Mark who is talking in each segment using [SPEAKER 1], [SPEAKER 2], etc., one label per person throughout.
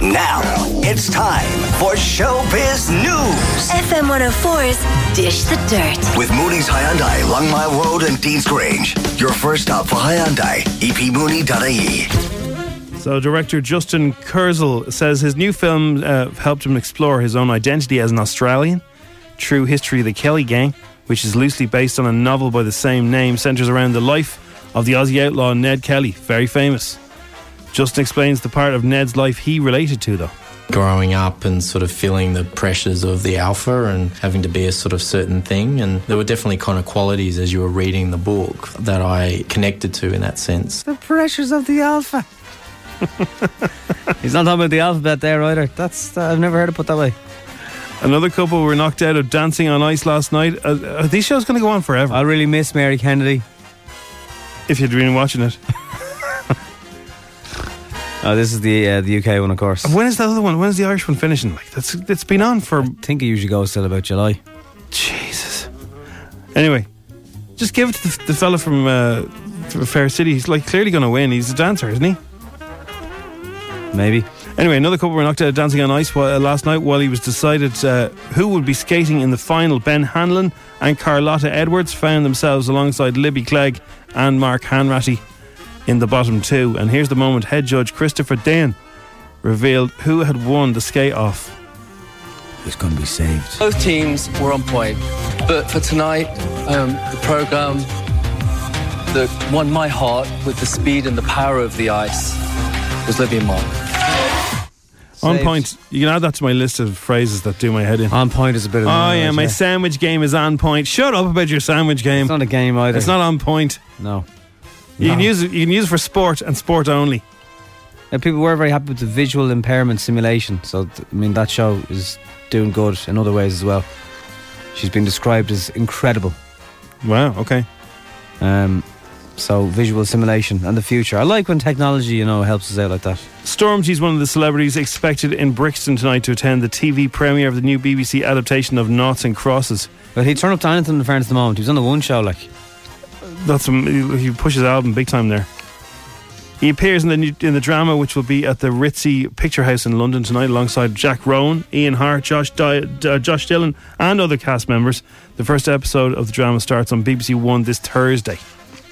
[SPEAKER 1] Now it's time for Showbiz News
[SPEAKER 2] FM 104's Dish the Dirt.
[SPEAKER 1] with Mooney's Hyundai, Long My Road, and Dean's Grange. Your first stop for Hyundai, E epmooney.ie.
[SPEAKER 3] So, director Justin Kurzel says his new film uh, helped him explore his own identity as an Australian. True History of the Kelly Gang, which is loosely based on a novel by the same name, centres around the life of the Aussie outlaw Ned Kelly, very famous. Justin explains the part of Ned's life he related to, though.
[SPEAKER 4] growing up and sort of feeling the pressures of the alpha and having to be a sort of certain thing. And there were definitely kind of qualities as you were reading the book that I connected to in that sense.
[SPEAKER 5] The pressures of the alpha. He's not talking about the alphabet there either. That's uh, I've never heard it put that way.
[SPEAKER 3] Another couple were knocked out of Dancing on Ice last night. Uh, are these shows going to go on forever?
[SPEAKER 5] I really miss Mary Kennedy.
[SPEAKER 3] if you'd been watching it.
[SPEAKER 5] Oh, this is the uh, the UK one, of course. I
[SPEAKER 3] When is the other one? When is the Irish one finishing? Like that's it's been on for
[SPEAKER 5] think it usually goes till about July.
[SPEAKER 3] Jesus. Anyway, just give it to the, the fella from uh, from Fair City. He's like clearly going to win. He's a dancer, isn't he?
[SPEAKER 5] Maybe.
[SPEAKER 3] Anyway, another couple were knocked out of dancing on ice while, uh, last night while he was decided uh, who would be skating in the final. Ben Hanlon and Carlotta Edwards found themselves alongside Libby Clegg and Mark Hanratty in the bottom two. And here's the moment head judge Christopher Dane revealed who had won the skate off.
[SPEAKER 5] It's going to be saved.
[SPEAKER 6] Both teams were on point, but for tonight, um, the program that won my heart with the speed and the power of the ice was Libby and Mark.
[SPEAKER 3] On
[SPEAKER 5] Saved.
[SPEAKER 3] point. You can add that to my list of phrases that do my head in.
[SPEAKER 5] On point is a bit of.
[SPEAKER 3] Oh
[SPEAKER 5] an
[SPEAKER 3] yeah,
[SPEAKER 5] analogy.
[SPEAKER 3] my sandwich game is on point. Shut up about your sandwich game.
[SPEAKER 5] It's not a game either.
[SPEAKER 3] It's not on point.
[SPEAKER 5] No.
[SPEAKER 3] You can
[SPEAKER 5] No.
[SPEAKER 3] use it. You can use it for sport and sport only.
[SPEAKER 5] Now, people were very happy with the visual impairment simulation. So, th- I mean, that show is doing good in other ways as well. She's been described as incredible.
[SPEAKER 3] Wow. Okay.
[SPEAKER 5] Um, so, visual simulation and the future. I like when technology, you know, helps us out like that.
[SPEAKER 3] Stormzy's one of the celebrities expected in Brixton tonight to attend the TV premiere of the new BBC adaptation of Noughts and Crosses.
[SPEAKER 5] But he turned up to anything in fairness at the moment. He was on the one show, like.
[SPEAKER 3] That's um, he pushes the album big time there. He appears in the new, in the drama, which will be at the Ritzy Picture House in London tonight, alongside Jack Rowan, Ian Hart, Josh Di- D- uh, Josh Dillon, and other cast members. The first episode of the drama starts on BBC One this Thursday.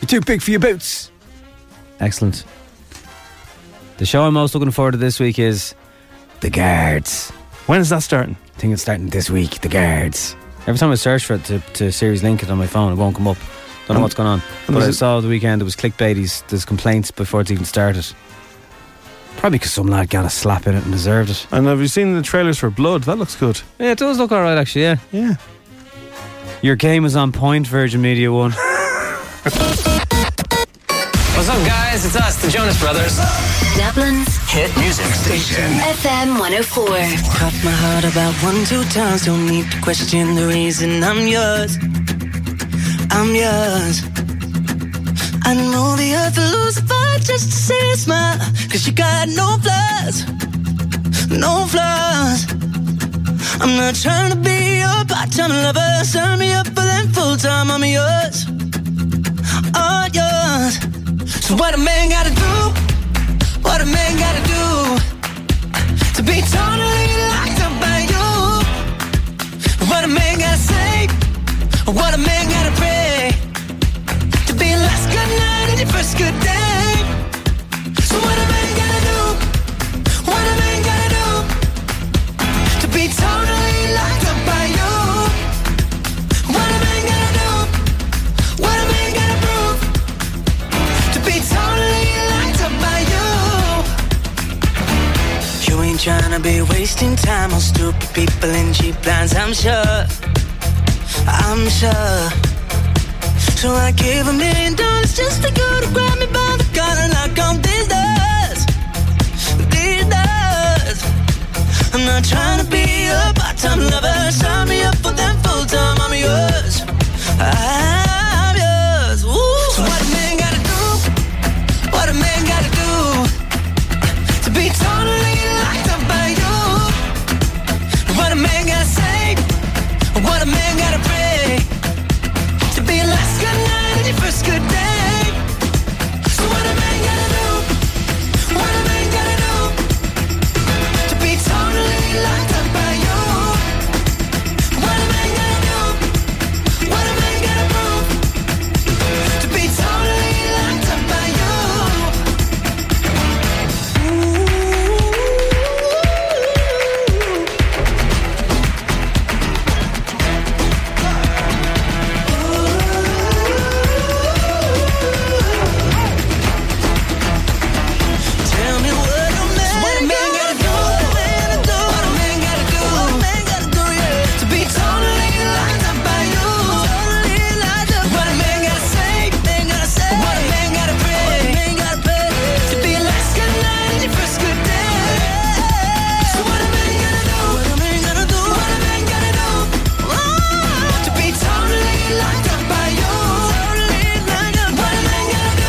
[SPEAKER 5] You're too big for your boots. Excellent. The show I'm most looking forward to this week is The Guards.
[SPEAKER 3] When is that starting?
[SPEAKER 5] I think it's starting this week, The Guards. Every time I search for it to, to series link it on my phone, it won't come up. Don't
[SPEAKER 3] And-
[SPEAKER 5] know what's going on.
[SPEAKER 3] and
[SPEAKER 5] But
[SPEAKER 3] is
[SPEAKER 5] I
[SPEAKER 3] it-
[SPEAKER 5] saw the weekend there was clickbaities, there's complaints before it's even started. Probably because some lad got a slap in it and deserved it.
[SPEAKER 3] And have you seen the trailers for Blood? That looks good.
[SPEAKER 5] Yeah, it does look alright actually, yeah.
[SPEAKER 3] Yeah.
[SPEAKER 5] Your game is on point, Virgin Media One.
[SPEAKER 6] What's up, guys? It's us, the Jonas Brothers.
[SPEAKER 2] Dublin's
[SPEAKER 1] Hit music station.
[SPEAKER 2] FM 104.
[SPEAKER 7] Cut my heart about one, two times. Don't need to question the reason I'm yours. I'm yours. I know the earth will lose if I just see a smile. Cause you got no flaws. No flaws. I'm not trying to be your part time lover. Sign me up for them full time. I'm yours. All yours. So, what a man gotta do? What a man gotta do? to be totally locked up by you. What a man gotta say, what a man gotta pray, to be last good night and your first good day.
[SPEAKER 8] trying to be wasting time on stupid people in cheap lines. I'm sure, I'm sure. So I gave a million dollars just to go to grab me by the collar, knock on these doors, these doors. I'm not trying to be a part-time lover. Sign me up for them full-time. I'm yours. I'm yours. Ooh. So what a man gotta do? What a man gotta do to be totally locked up by you? What a man gotta say? What a man gotta pray to be your last good night and your first good day? So what a man gotta do? What a man gotta do? to be totally locked up by you. What am I gonna do? What am I gonna prove? To be totally locked up by you. Ooh. Tell me what a man, what a man gotta do. What a man gotta do. What a man gotta do. What a man gotta do, yeah. To be totally locked up by you. Totally locked up. What a man gotta say. Man gotta say. What a man gotta pray. What a man gotta pray. To be your last good night and your first good day. So what a man gotta do. What a man gotta do. What a man gotta do. Oh, To be totally locked up by you. Totally locked up. What a man gotta do.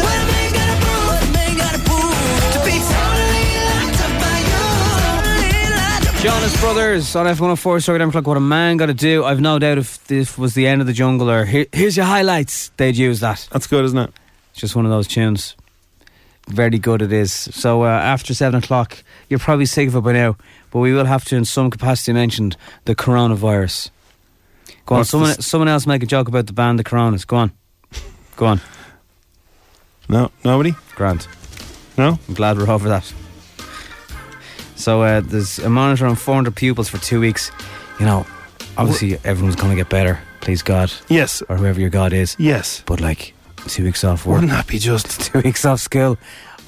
[SPEAKER 8] What a man gotta prove. What a man gotta prove. To be totally locked up by you. Totally locked up.
[SPEAKER 5] Jonas Brothers on F104 Sorry, 11 o'clock. What a man got to do. I've no doubt if this was the end of the jungle or here, here's your highlights, they'd use that.
[SPEAKER 3] That's good, isn't it?
[SPEAKER 5] It's just one of those tunes. Very good it is. So uh, after 7 o'clock, you're probably sick of it by now, but we will have to, in some capacity, mention the coronavirus. Go on,
[SPEAKER 3] What's
[SPEAKER 5] someone,
[SPEAKER 3] this?
[SPEAKER 5] someone else make a joke about the band, the Coronas. Go on. Go on.
[SPEAKER 3] No, nobody.
[SPEAKER 5] Grant.
[SPEAKER 3] No.
[SPEAKER 5] I'm glad we're over that. So uh, there's a monitor on 400 pupils for two weeks. You know, obviously everyone's going to get better. Please God,
[SPEAKER 3] Yes.
[SPEAKER 5] or whoever your God is.
[SPEAKER 3] Yes.
[SPEAKER 5] But like two weeks off work,
[SPEAKER 3] Wouldn't that be just?
[SPEAKER 5] two weeks off school.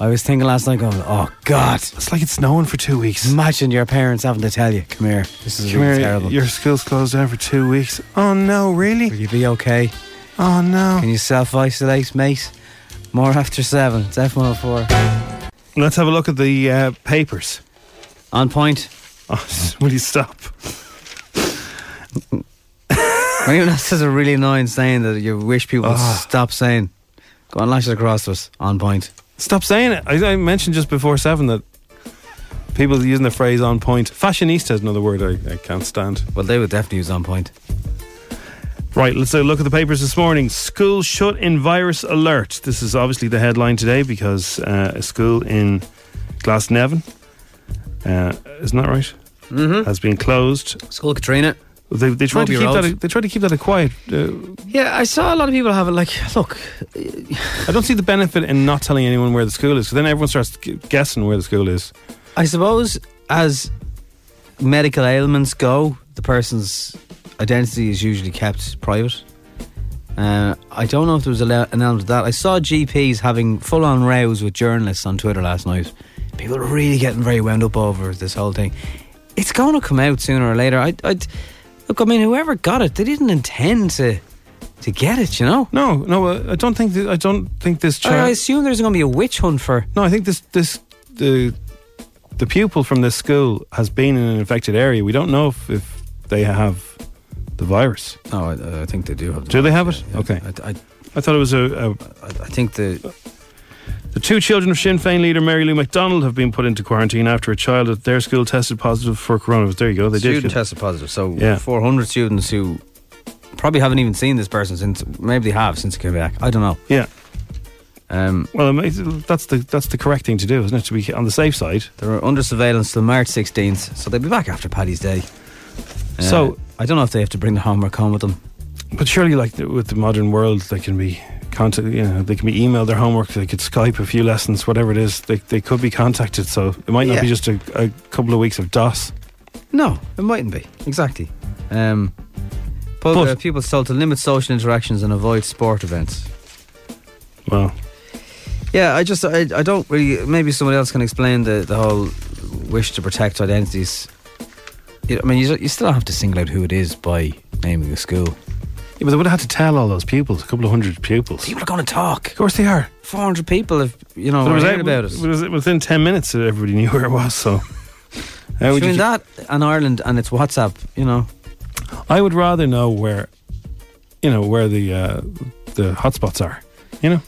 [SPEAKER 5] I was thinking last night, going, oh God,
[SPEAKER 3] It's like it's snowing for two weeks.
[SPEAKER 5] imagine your parents having to tell you, come here, this is
[SPEAKER 3] Come
[SPEAKER 5] really
[SPEAKER 3] here,
[SPEAKER 5] terrible.
[SPEAKER 3] Your school's closed down for two weeks. Oh no,
[SPEAKER 5] Will
[SPEAKER 3] really?
[SPEAKER 5] you be okay?
[SPEAKER 3] Oh no.
[SPEAKER 5] Can you self isolate, mate? More after seven. It's F104.
[SPEAKER 3] Let's have a look at the uh, papers.
[SPEAKER 5] On point.
[SPEAKER 3] Oh, will you stop?
[SPEAKER 5] When anyone else says a really annoying saying that you wish people would
[SPEAKER 3] Ah.
[SPEAKER 5] stop saying, go and lash it across to us. On point.
[SPEAKER 3] Stop saying it. I, I mentioned just before seven that people using the phrase "on point." Fashionista is another word I, I can't stand.
[SPEAKER 5] Well, they would definitely use on point.
[SPEAKER 3] Right, let's uh, look at the papers this morning. School shut in virus alert. This is obviously the headline today because uh, a school in Glasnevin, uh, isn't that right? Mm-hmm. Has been closed.
[SPEAKER 5] School Katrina.
[SPEAKER 3] They, they tried to
[SPEAKER 5] Rugby
[SPEAKER 3] keep
[SPEAKER 5] Road.
[SPEAKER 3] that. A, they tried to keep that a quiet. Uh,
[SPEAKER 5] Yeah, I saw a lot of people have it like, look,
[SPEAKER 3] I don't see the benefit in not telling anyone where the school is because then everyone starts gu- guessing where the school is.
[SPEAKER 5] I suppose as medical ailments go, the person's identity is usually kept private. Uh, I don't know if there was a le- an element of that. I saw GPs having full on rows with journalists on Twitter last night. People are really getting very wound up over this whole thing. It's going to come out sooner or later. I, I, look, I mean, whoever got it, they didn't intend to to get it, you know?
[SPEAKER 3] No, no, uh, I don't think. Th- I don't think this.
[SPEAKER 5] I,
[SPEAKER 3] Char-
[SPEAKER 5] I assume there's going to be a witch hunt for.
[SPEAKER 3] No, I think this this the the pupil from this school has been in an infected area. We don't know if, if they have the virus.
[SPEAKER 5] No, I, I think they do have.
[SPEAKER 3] Do they have it? Okay.
[SPEAKER 5] I, I,
[SPEAKER 3] I thought it was a, a
[SPEAKER 5] I I think the
[SPEAKER 3] the two children of Sinn Féin leader Mary Lou MacDonald have been put into quarantine after a child at their school tested positive for coronavirus. There you go. They
[SPEAKER 5] student
[SPEAKER 3] did. get-
[SPEAKER 5] tested positive. So
[SPEAKER 3] Yeah.
[SPEAKER 5] 400 students who probably haven't even seen this person since maybe they have since it came back. I don't know.
[SPEAKER 3] yeah.
[SPEAKER 5] Um,
[SPEAKER 3] Well, it makes- that's the that's the correct thing to do, isn't it? To be on the safe side.
[SPEAKER 5] they're under surveillance till March 16th, so they'll be back after Paddy's Day. Uh,
[SPEAKER 3] So-
[SPEAKER 5] I don't know if they have to bring the homework home with them.
[SPEAKER 3] But surely, like the- with the modern world, they can be contact. You know, they can be emailed their homework. They could Skype a few lessons, whatever it is. They they could be contacted. So it might not
[SPEAKER 5] Yeah.
[SPEAKER 3] be just a, a couple of weeks of DOS.
[SPEAKER 5] No, it mightn't be exactly. Um, but,
[SPEAKER 3] But-
[SPEAKER 5] uh, people told to limit social interactions and avoid sport events.
[SPEAKER 3] Well,
[SPEAKER 5] Yeah, I just I, I don't really. Maybe someone else can explain the the whole wish to protect identities, you- I mean, you, s- you still have to single out who it is by naming the school.
[SPEAKER 3] Yeah, but they would have had to tell all those pupils, a couple of hundred pupils.
[SPEAKER 5] People are going to talk.
[SPEAKER 3] Of course they are.
[SPEAKER 5] 400 people have, you know,
[SPEAKER 3] But it
[SPEAKER 5] heard
[SPEAKER 3] was out-
[SPEAKER 5] about it.
[SPEAKER 3] it was within 10 minutes that everybody knew where it was, so. How would you
[SPEAKER 5] Between
[SPEAKER 3] keep-
[SPEAKER 5] that and Ireland and its WhatsApp, you know.
[SPEAKER 3] I would rather know where, you know, where the uh, the hotspots are. You know,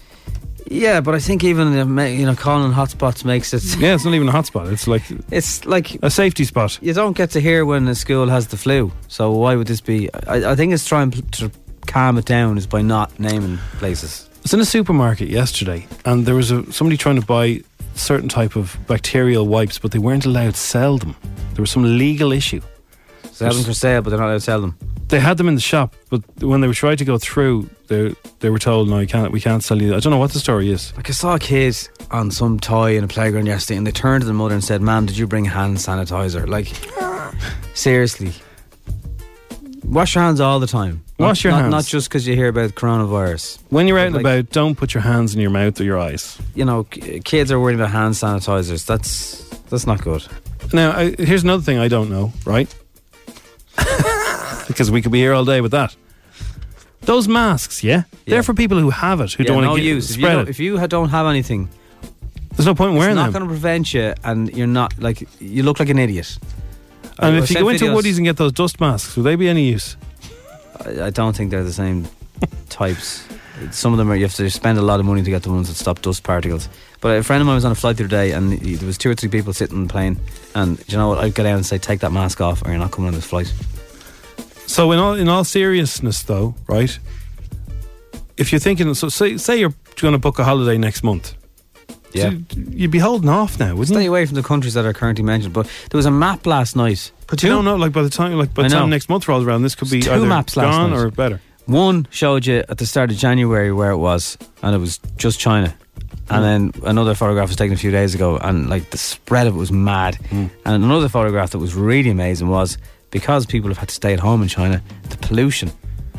[SPEAKER 5] Yeah, but I think even, uh, ma- you know, calling hotspots makes it.
[SPEAKER 3] yeah, it's not even a hotspot. It's like
[SPEAKER 5] It's like
[SPEAKER 3] a safety spot.
[SPEAKER 5] you don't get to hear when a school has the flu. So why would this be? I, I think it's trying pl- to calm it down is by not naming places.
[SPEAKER 3] I was in a supermarket yesterday, and there was a, somebody trying to buy certain type of bacterial wipes, but they weren't allowed to sell them. There was some legal issue.
[SPEAKER 5] So they have them for sale, but they're not allowed to sell them.
[SPEAKER 3] They had them in the shop, but when they were trying to go through, they they were told, "No, you can't. We can't sell you." that." I don't know what the story is.
[SPEAKER 5] Like I saw a kid on some toy in a playground yesterday, and they turned to the mother and said, "Ma'am, did you bring hand sanitizer?" Like, seriously, wash your hands all the time.
[SPEAKER 3] Wash
[SPEAKER 5] Not-
[SPEAKER 3] your
[SPEAKER 5] not,
[SPEAKER 3] hands.
[SPEAKER 5] Not just because you hear about coronavirus.
[SPEAKER 3] When you're out and
[SPEAKER 5] Like-
[SPEAKER 3] about, don't put your hands in your mouth or your eyes.
[SPEAKER 5] You know, k- kids are worried about hand sanitizers. That's that's not good.
[SPEAKER 3] Now, I, here's another thing I don't know, right? because we could be here all day with that. Those masks, yeah,
[SPEAKER 5] Yeah.
[SPEAKER 3] they're for people who have it, who
[SPEAKER 5] Yeah,
[SPEAKER 3] don't want
[SPEAKER 5] no
[SPEAKER 3] to
[SPEAKER 5] use. If you,
[SPEAKER 3] spread
[SPEAKER 5] don't,
[SPEAKER 3] it.
[SPEAKER 5] if you ha- don't have anything,
[SPEAKER 3] There's no point in wearing
[SPEAKER 5] it's not
[SPEAKER 3] them.
[SPEAKER 5] going to prevent you, and you're not like you look like an idiot.
[SPEAKER 3] and
[SPEAKER 5] I've
[SPEAKER 3] if you
[SPEAKER 5] seen
[SPEAKER 3] go into
[SPEAKER 5] videos-
[SPEAKER 3] Woody's and get those dust masks, would they be any use?
[SPEAKER 5] I, I don't think they're the same types. Some of them are you have to spend a lot of money to get the ones that stop dust particles. But a friend of mine was on a flight the other day, and he, there was two or three people sitting on the plane. And do you know what? I'd go down and say, "Take that mask off, or you're not coming on this flight."
[SPEAKER 3] So, in all in all seriousness, though, right? If you're thinking, so say say you're going to book a holiday next month,
[SPEAKER 5] Yeah.
[SPEAKER 3] So you'd be holding off now, wouldn't
[SPEAKER 5] Stay
[SPEAKER 3] you?
[SPEAKER 5] away from the countries that are currently mentioned. But there was a map last night.
[SPEAKER 3] But you don't know, like by the time like by
[SPEAKER 5] I
[SPEAKER 3] the time
[SPEAKER 5] know.
[SPEAKER 3] next month rolls around, this could be
[SPEAKER 5] It's two
[SPEAKER 3] either
[SPEAKER 5] maps last
[SPEAKER 3] gone
[SPEAKER 5] night.
[SPEAKER 3] or better.
[SPEAKER 5] One showed you at the start of January where it was, and it was just China.
[SPEAKER 3] Hmm.
[SPEAKER 5] And then another photograph was taken a few days ago, and like the spread of it was mad.
[SPEAKER 3] Hmm.
[SPEAKER 5] And another photograph that was really amazing was because people have had to stay at home in China, the pollution.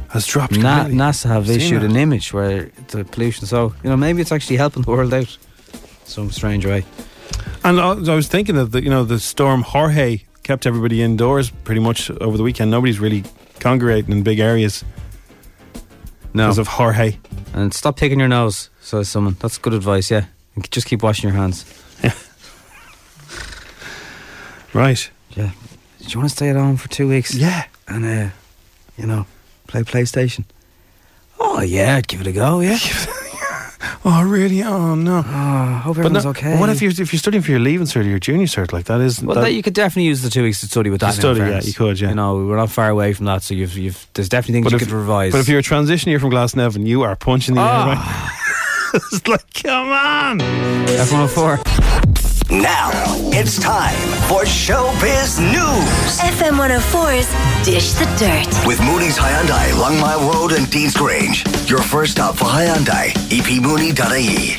[SPEAKER 3] Has dropped.
[SPEAKER 5] Na-
[SPEAKER 3] completely.
[SPEAKER 5] NASA have
[SPEAKER 3] Seen
[SPEAKER 5] issued
[SPEAKER 3] that.
[SPEAKER 5] an image where the pollution. So you know maybe it's actually helping the world out some strange way.
[SPEAKER 3] And I I was thinking that the, you know the storm Jorge kept everybody indoors pretty much over the weekend. Nobody's really congregating in big areas
[SPEAKER 5] No,
[SPEAKER 3] because of Jorge.
[SPEAKER 5] and stop picking your nose. Says someone. That's good advice. Yeah, and just keep washing your hands.
[SPEAKER 3] Right?
[SPEAKER 5] Yeah. Do you want to stay at home for two weeks?
[SPEAKER 3] Yeah.
[SPEAKER 5] and uh, you know, play PlayStation. Oh yeah, I'd give it a go. Yeah,
[SPEAKER 3] Oh really? Oh no.
[SPEAKER 5] oh, hope
[SPEAKER 3] But
[SPEAKER 5] everyone's
[SPEAKER 3] no-
[SPEAKER 5] okay.
[SPEAKER 3] What if you're if you're studying for your leaving cert or your junior cert like that? Is
[SPEAKER 5] Well,
[SPEAKER 3] that,
[SPEAKER 5] that, you could definitely use the two weeks to study with
[SPEAKER 3] To
[SPEAKER 5] that. in
[SPEAKER 3] study, yeah,
[SPEAKER 5] fairness.
[SPEAKER 3] you could, yeah.
[SPEAKER 5] You know, we're not far away from that, so you've, you've there's definitely things you
[SPEAKER 3] if-
[SPEAKER 5] could revise. Ah.
[SPEAKER 3] But if you're a transition year from Glasnevin, you are punching the air. Right? it's like come on.
[SPEAKER 5] F104,
[SPEAKER 1] Now it's time for Showbiz News
[SPEAKER 2] FM 104's Dish the Dirt.
[SPEAKER 1] with Mooney's Hyundai, Long My Road, and Dean's Grange. Your first stop for Hyundai, E epmooney.ie.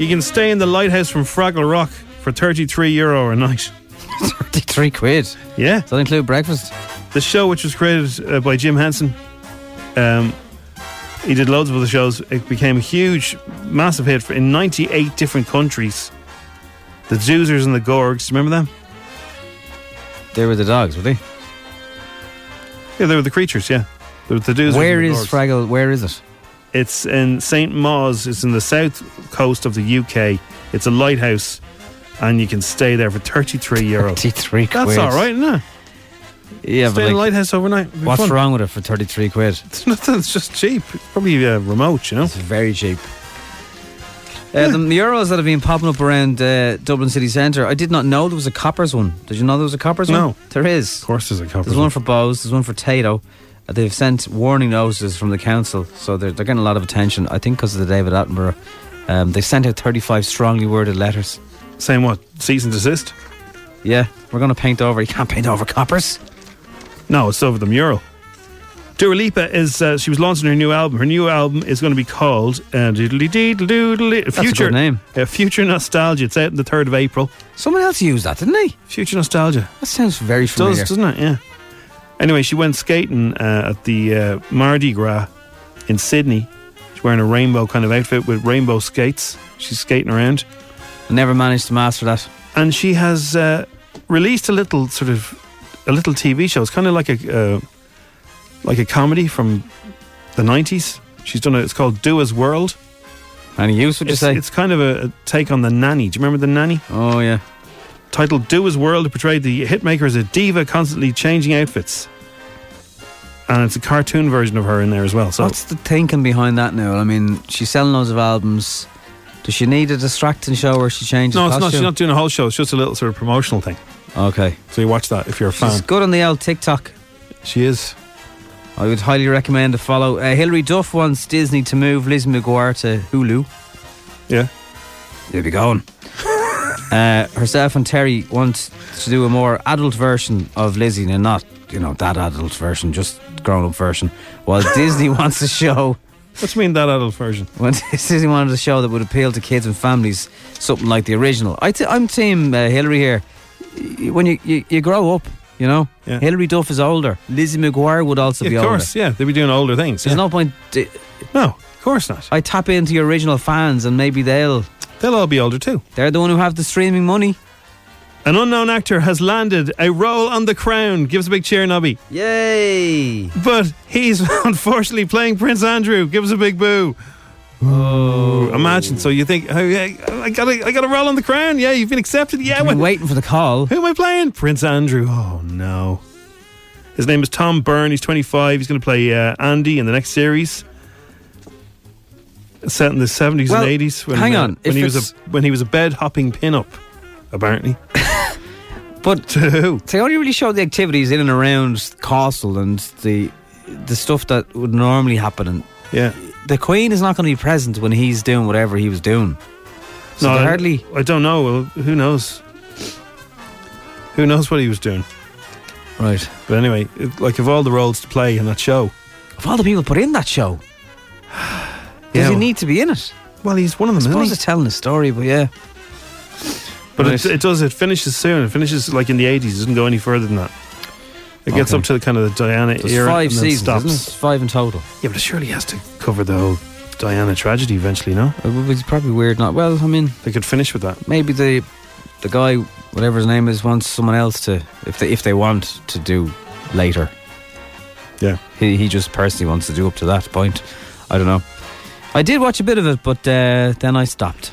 [SPEAKER 3] You can stay in the lighthouse from Fraggle Rock for thirty three euro a night.
[SPEAKER 5] three quid. Does
[SPEAKER 3] Yeah.
[SPEAKER 5] that include breakfast?
[SPEAKER 3] The show, which was created uh, by Jim Henson, um, he did loads of other shows. It became a huge, massive hit for, in 98 different countries. The Zoozers and the Gorgs, remember them?
[SPEAKER 5] They were the dogs, were they?
[SPEAKER 3] Yeah, they were the creatures, yeah. They were the Doozers.
[SPEAKER 5] Where
[SPEAKER 3] and the
[SPEAKER 5] is
[SPEAKER 3] Gorgs.
[SPEAKER 5] Fraggle? Where is it?
[SPEAKER 3] It's in St. Mawes, it's in the south coast of the UK. It's a lighthouse, and you can stay there for 33 euro.
[SPEAKER 5] Thirty-three quid.
[SPEAKER 3] That's all right, isn't it? stay
[SPEAKER 5] Yeah,
[SPEAKER 3] in
[SPEAKER 5] but
[SPEAKER 3] a
[SPEAKER 5] like,
[SPEAKER 3] lighthouse overnight. It'd be
[SPEAKER 5] what's
[SPEAKER 3] fun.
[SPEAKER 5] wrong with it for thirty-three quid?
[SPEAKER 3] It's nothing, it's just cheap. It's probably uh, remote, you know?
[SPEAKER 5] It's very cheap. Uh, the murals that have been popping up around uh, Dublin city centre, I did not know there was a Coppers one. Did you know there was a Coppers one?
[SPEAKER 3] No.
[SPEAKER 5] There is.
[SPEAKER 3] Of course, there's a cover.
[SPEAKER 5] There's one for Bowes, there's one for Tato. Uh, they've sent warning notices from the council, so they're, they're getting a lot of attention, I think, because of the David Attenborough. Um, they sent out 35 strongly worded letters.
[SPEAKER 3] Saying what? Cease and desist?
[SPEAKER 5] Yeah, we're going to paint over. You can't paint over Coppers.
[SPEAKER 3] No, it's over the mural. Dua Lipa is uh, she was launching her new album. Her new album is going to be called uh, Doodly Deedle Doodly.
[SPEAKER 5] a good
[SPEAKER 3] Future
[SPEAKER 5] name.
[SPEAKER 3] Uh, Future Nostalgia. It's out on the third of April.
[SPEAKER 5] Someone else used that, didn't they?
[SPEAKER 3] Future Nostalgia
[SPEAKER 5] That sounds very
[SPEAKER 3] does
[SPEAKER 5] familiar.
[SPEAKER 3] doesn't it? Yeah. Anyway, she went skating uh, at the uh, Mardi Gras in Sydney. She's wearing a rainbow kind of outfit with rainbow skates. She's skating around.
[SPEAKER 5] Never managed to master that.
[SPEAKER 3] and she has uh, released a little sort of a little TV show. It's kind of like a uh, like a comedy from the '90s. She's done it. It's called Do As World.
[SPEAKER 5] Any use? Would you
[SPEAKER 3] It's,
[SPEAKER 5] say?
[SPEAKER 3] it's kind of a, a take on the nanny. Do you remember the nanny?
[SPEAKER 5] oh yeah.
[SPEAKER 3] Titled "Do As World," it portrayed the hitmaker as a diva constantly changing outfits, and it's a cartoon version of her in there as well. So
[SPEAKER 5] What's the thinking behind that now? I mean, she's selling loads of albums. Does she need a distracting show where she changes
[SPEAKER 3] no, it's not. She's
[SPEAKER 5] costume?
[SPEAKER 3] not doing a whole show. It's just a little sort of promotional thing.
[SPEAKER 5] Okay.
[SPEAKER 3] So you watch that if you're a fan.
[SPEAKER 5] She's good on the old TikTok.
[SPEAKER 3] She is.
[SPEAKER 5] I would highly recommend to follow. Uh, Hilary Duff wants Disney to move Liz McGuire to Hulu.
[SPEAKER 3] Yeah.
[SPEAKER 5] They'll be going. uh, herself and Terry want to do a more adult version of Lizzie, and not you know that adult version, just grown up version. While Disney wants a show,
[SPEAKER 3] What do you mean that adult version?
[SPEAKER 5] when Disney wanted a show that would appeal to kids and families, something like the original. I th- I'm team uh, Hillary here. Y- When you, you you grow up, you know,
[SPEAKER 3] Yeah.
[SPEAKER 5] Hillary Duff is older. Lizzie McGuire would also be
[SPEAKER 3] of
[SPEAKER 5] older.
[SPEAKER 3] course, yeah. They'll be doing older things.
[SPEAKER 5] There's
[SPEAKER 3] yeah.
[SPEAKER 5] no point. d-
[SPEAKER 3] No, of course not.
[SPEAKER 5] I tap into your original fans, and maybe they'll
[SPEAKER 3] They'll all be older too.
[SPEAKER 5] they're the one who have the streaming money.
[SPEAKER 3] An unknown actor has landed a role on The Crown. Give us a big cheer, Nobby.
[SPEAKER 5] Yay!
[SPEAKER 3] But he's unfortunately playing Prince Andrew. Give us a big boo. Oh. Imagine. So you think, oh, yeah, I got a, I got a role on The Crown. Yeah, you've been accepted. Yeah,
[SPEAKER 5] I've
[SPEAKER 3] what,
[SPEAKER 5] been waiting for the call.
[SPEAKER 3] Who am I playing? Prince Andrew. Oh no. His name is Tom Byrne. He's 25. He's going to play uh, Andy in the next series. Set in the 70s
[SPEAKER 5] Well,
[SPEAKER 3] and 80s. When,
[SPEAKER 5] hang
[SPEAKER 3] uh,
[SPEAKER 5] on, if
[SPEAKER 3] when he was
[SPEAKER 5] it's-
[SPEAKER 3] a when he was a bed hopping pin-up, apparently.
[SPEAKER 5] But
[SPEAKER 3] To who?
[SPEAKER 5] they only really show the activities in and around Castle and the the stuff that would normally happen. And
[SPEAKER 3] Yeah.
[SPEAKER 5] the Queen is not going to be present when he's doing whatever he was doing. So
[SPEAKER 3] I,
[SPEAKER 5] they're hardly.
[SPEAKER 3] I don't know. Well, who knows? Who knows what he was doing?
[SPEAKER 5] Right.
[SPEAKER 3] But anyway, it, like of all the roles to play in that show,
[SPEAKER 5] Of all the people put in that show, does
[SPEAKER 3] Yeah,
[SPEAKER 5] he
[SPEAKER 3] well-
[SPEAKER 5] need to be in it?
[SPEAKER 3] well, he's one of
[SPEAKER 5] I
[SPEAKER 3] them.
[SPEAKER 5] suppose
[SPEAKER 3] isn't he?
[SPEAKER 5] it's telling a story, but yeah.
[SPEAKER 3] But
[SPEAKER 5] Right.
[SPEAKER 3] it, it does. It finishes soon. It finishes like in the eighties. It doesn't go any further than that. It gets
[SPEAKER 5] Okay.
[SPEAKER 3] up to the kind of the Diana
[SPEAKER 5] There's
[SPEAKER 3] era.
[SPEAKER 5] five
[SPEAKER 3] and then
[SPEAKER 5] seasons,
[SPEAKER 3] stops.
[SPEAKER 5] isn't it? It's Five in total.
[SPEAKER 3] Yeah, but it surely has to cover the whole Diana tragedy eventually. No,
[SPEAKER 5] It would be probably weird not. Well, I mean,
[SPEAKER 3] they could finish with that.
[SPEAKER 5] maybe the the guy, whatever his name is, wants someone else to, if they if they want to do later.
[SPEAKER 3] Yeah.
[SPEAKER 5] He he just personally wants to do up to that point. I don't know. I did watch a bit of it, but uh, then I stopped.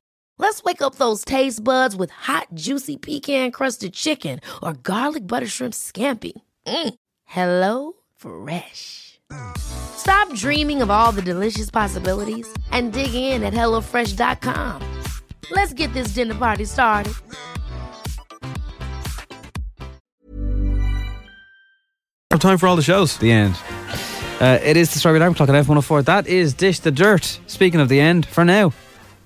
[SPEAKER 9] Let's wake up those taste buds with hot, juicy pecan crusted chicken or garlic butter shrimp scampi. Mm. Hello Fresh. Stop dreaming of all the delicious possibilities and dig in at HelloFresh.com. Let's get this dinner party started.
[SPEAKER 3] Have time for all the shows.
[SPEAKER 5] The end. Uh, it is the Strawberry Alarm Clock at F104. That is Dish the Dirt. Speaking of the end, for now,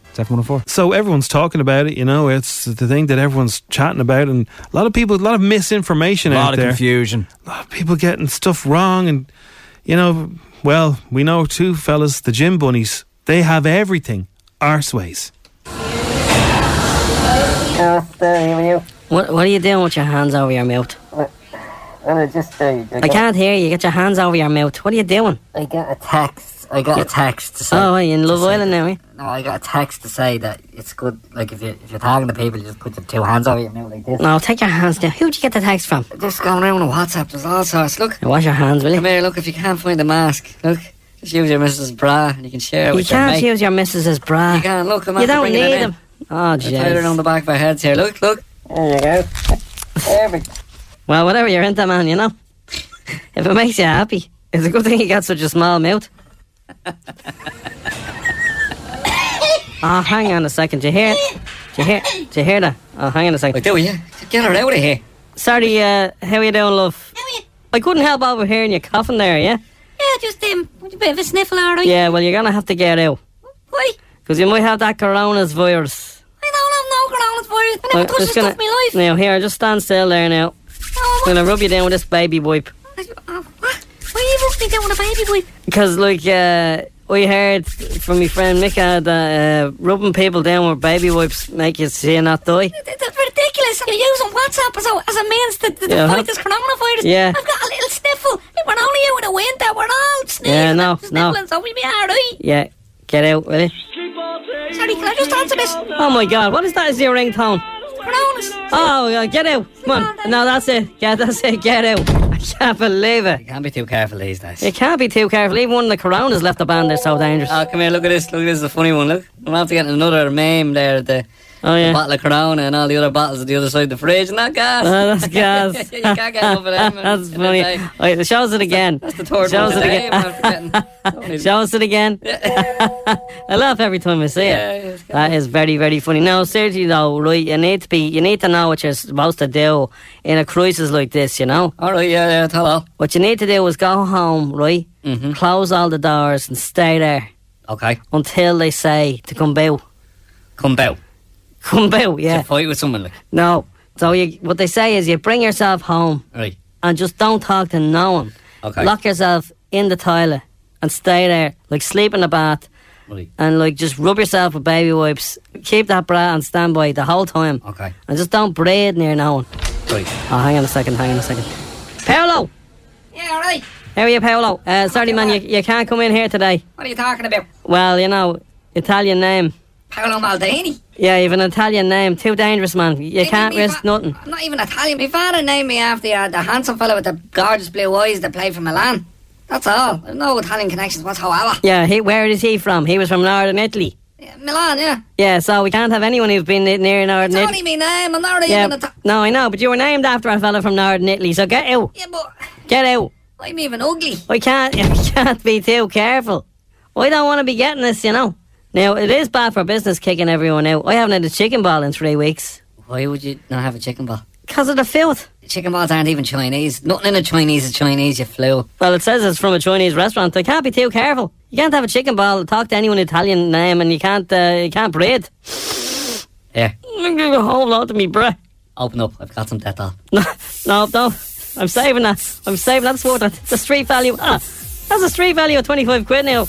[SPEAKER 5] it's F104.
[SPEAKER 3] So everyone's talking about it. You know, it's the thing that everyone's chatting about, and a lot of people, a lot of misinformation
[SPEAKER 5] A
[SPEAKER 3] out
[SPEAKER 5] lot of
[SPEAKER 3] there.
[SPEAKER 5] confusion.
[SPEAKER 3] A lot of people getting stuff wrong, and you know, well, we know two fellas, the gym bunnies. They have everything arseways.
[SPEAKER 10] What What are you doing with your hands over your mouth?
[SPEAKER 11] Well, I just, uh,
[SPEAKER 10] I can't hear you. Get your hands over your mouth. What are you doing?
[SPEAKER 11] I got a text
[SPEAKER 10] text. I got a text to say.
[SPEAKER 12] Oh, are you in
[SPEAKER 10] to
[SPEAKER 12] Love
[SPEAKER 10] say-
[SPEAKER 12] Island now, eh?
[SPEAKER 10] No, I got a text to say that it's good. Like if you if you're talking to people, you just put your two hands over your mouth like this.
[SPEAKER 12] No, take your hands down. Who'd you get the text from?
[SPEAKER 10] Just going around on WhatsApp. There's all sorts. Look.
[SPEAKER 12] Wash your hands, will you?
[SPEAKER 10] Come here. Look. If you can't find a mask, look. Just use your missus' bra, and you can share it
[SPEAKER 12] You
[SPEAKER 10] with your
[SPEAKER 12] can't
[SPEAKER 10] mate.
[SPEAKER 12] use your missus's bra.
[SPEAKER 10] You can't look. I'm
[SPEAKER 12] You
[SPEAKER 10] after
[SPEAKER 12] don't
[SPEAKER 10] bringing it
[SPEAKER 12] need
[SPEAKER 10] in.
[SPEAKER 12] them. Oh,
[SPEAKER 10] I tied it on
[SPEAKER 12] jeez.
[SPEAKER 10] the back of our heads here. Look, look. There you go. Perfect.
[SPEAKER 12] Well, whatever you're into, man, you know. if it makes you happy, it's a good thing you got such a small mouth. oh, hang on a second. Do you hear? Do you hear? Do you hear that? Oh, hang on a second.
[SPEAKER 10] do you? Get her out of here.
[SPEAKER 12] Sorry, uh, how you doing, love? I couldn't help overhearing you coughing there, yeah?
[SPEAKER 13] Yeah, just um, a bit of a sniffle, alright?
[SPEAKER 12] Yeah, well, you're gonna have to get out.
[SPEAKER 13] Why?
[SPEAKER 12] Because you might have that coronavirus virus.
[SPEAKER 13] I don't have no coronavirus. I never
[SPEAKER 12] Well,
[SPEAKER 13] touched this
[SPEAKER 12] just gonna-
[SPEAKER 13] stuff in my life. Oh.
[SPEAKER 12] Now, here, just stand still there now. I'm gonna rub you down with this baby wipe.
[SPEAKER 13] Why are you rubbing me down with a baby wipe?
[SPEAKER 12] Because, like, uh, we heard from my friend Mika that uh, rubbing people down with baby wipes make you see and not die.
[SPEAKER 13] Th- That's ridiculous. You're using WhatsApp as a, as a means to, to, to
[SPEAKER 12] Yeah, huh?
[SPEAKER 13] fight this coronavirus.
[SPEAKER 12] Yeah.
[SPEAKER 13] I've got a little sniffle. We're only out in the winter. We're all sneezing
[SPEAKER 12] Yeah, no,
[SPEAKER 13] and
[SPEAKER 12] no.
[SPEAKER 13] sniffling, so we'll be alright.
[SPEAKER 12] Yeah, get out, will you?
[SPEAKER 13] Sorry, can I just answer this?
[SPEAKER 12] Oh my god, what is that as your ringtone?
[SPEAKER 13] Coronavirus.
[SPEAKER 12] Oh, uh, get out. Come on. No, that's it. Yeah, that's it. Get out. I can't believe it.
[SPEAKER 10] Can't be too careful these days.
[SPEAKER 12] You can't be too careful. Even one of the coronas left the band. They're so dangerous.
[SPEAKER 10] Oh, come here. Look at this. Look at this. is a funny one. Look. I'm gonna have to get another meme there. The,
[SPEAKER 12] oh,
[SPEAKER 10] the bottle of Corona and all the other bottles at the other side of the fridge. And that gas.
[SPEAKER 12] Oh, that's gas.
[SPEAKER 10] you can't get over them. in-
[SPEAKER 12] that's
[SPEAKER 10] in a
[SPEAKER 12] funny.
[SPEAKER 10] day.
[SPEAKER 12] Wait, show us it again.
[SPEAKER 10] That's the third
[SPEAKER 12] show
[SPEAKER 10] one
[SPEAKER 12] us it
[SPEAKER 10] today. I'm
[SPEAKER 12] again.
[SPEAKER 10] after getting-
[SPEAKER 12] show us it again. I laugh every time I see
[SPEAKER 10] Yeah,
[SPEAKER 12] it. that is very, very funny. No, seriously though, right? You need to be. You need to know what you're supposed to do in a crisis like this. You know.
[SPEAKER 10] All right. Yeah. Yeah. Hello.
[SPEAKER 12] What you need to do is go home, right? Close all the doors and stay there
[SPEAKER 10] Okay.
[SPEAKER 12] until they say to come back.
[SPEAKER 10] Come bow.
[SPEAKER 12] Come back, yeah.
[SPEAKER 10] To fight with someone. Like.
[SPEAKER 12] No. So you, what they say is you bring yourself home
[SPEAKER 10] Right.
[SPEAKER 12] and just don't talk to no one.
[SPEAKER 10] Okay.
[SPEAKER 12] Lock yourself in the toilet and stay there, like sleep in the bath,
[SPEAKER 10] Right.
[SPEAKER 12] and like just rub yourself with baby wipes. Keep that bra on standby the whole time.
[SPEAKER 10] Okay.
[SPEAKER 12] And just don't breathe near no one.
[SPEAKER 10] Right.
[SPEAKER 12] Oh, hang on a second. Hang on a second. Paolo,
[SPEAKER 13] Yeah, alright.
[SPEAKER 12] how are you, Paolo? Uh, sorry, man, you, you can't come in here today.
[SPEAKER 13] What are you talking about?
[SPEAKER 12] Well, you know, Italian name.
[SPEAKER 13] Paolo Maldini.
[SPEAKER 12] Yeah, you've an Italian name. Too dangerous, man. You can't risk nothing.
[SPEAKER 13] I'm not even Italian. My father named me after uh, the handsome fellow with the gorgeous blue eyes that played for Milan. That's all. There's no Italian connections whatsoever.
[SPEAKER 12] Yeah, he, where is he from? He was from northern Italy.
[SPEAKER 13] Milan, yeah.
[SPEAKER 12] Yeah, so we can't have anyone who's been ni- near northern
[SPEAKER 13] It's only
[SPEAKER 12] Italy.
[SPEAKER 13] me name. I'm not really
[SPEAKER 12] Yeah,
[SPEAKER 13] even Italian.
[SPEAKER 12] no, I know, but you were named after a fella from northern Italy, so get out.
[SPEAKER 13] Yeah, but
[SPEAKER 12] Get out.
[SPEAKER 13] I'm even ugly.
[SPEAKER 12] I can't, I can't be too careful. I don't want to be getting this, you know. Now, it is bad for business kicking everyone out. I haven't had a chicken ball in three weeks.
[SPEAKER 10] Why would you not have a chicken ball?
[SPEAKER 12] Because of the filth.
[SPEAKER 10] Chicken balls aren't even Chinese. Nothing in a Chinese is Chinese. You flew.
[SPEAKER 12] Well, it says it's from a Chinese restaurant. I can't be too careful. You can't have a chicken ball, talk to anyone Italian name, and you can't, uh, you can't breathe.
[SPEAKER 10] Yeah.
[SPEAKER 12] I'm going to hold on to me breath.
[SPEAKER 10] Open up. I've got some Dettol.
[SPEAKER 12] No, no, no. I'm saving that. I'm saving that. That's worth it. The street value. Ah, that's a street value of 25 quid now.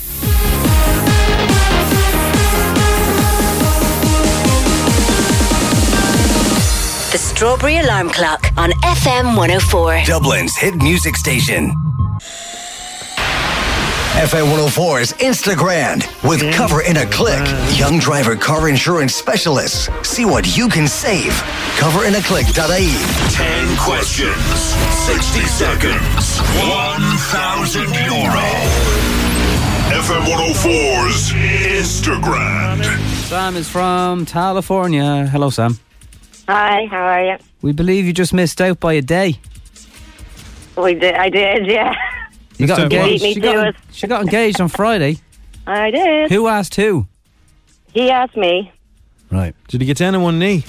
[SPEAKER 2] The Strawberry Alarm Clock on FM 104.
[SPEAKER 1] Dublin's hit music station. FA104's Instagram with cover in a click. Young driver car insurance specialists. See what you can save. Coverinaclick.ie.
[SPEAKER 8] 10 questions, 60 seconds, 1,000 euro. FM 104's Instagram.
[SPEAKER 5] Sam is from California. Hello, Sam.
[SPEAKER 14] Hi, how are you?
[SPEAKER 5] We believe you just missed out by a day.
[SPEAKER 14] We did, I did, yeah.
[SPEAKER 5] You got
[SPEAKER 14] You beat
[SPEAKER 5] engaged. She
[SPEAKER 14] me to
[SPEAKER 5] got,
[SPEAKER 14] it.
[SPEAKER 5] she got engaged on Friday.
[SPEAKER 14] I did.
[SPEAKER 5] Who asked who?
[SPEAKER 14] He asked me.
[SPEAKER 3] Right. Did he get down on one knee?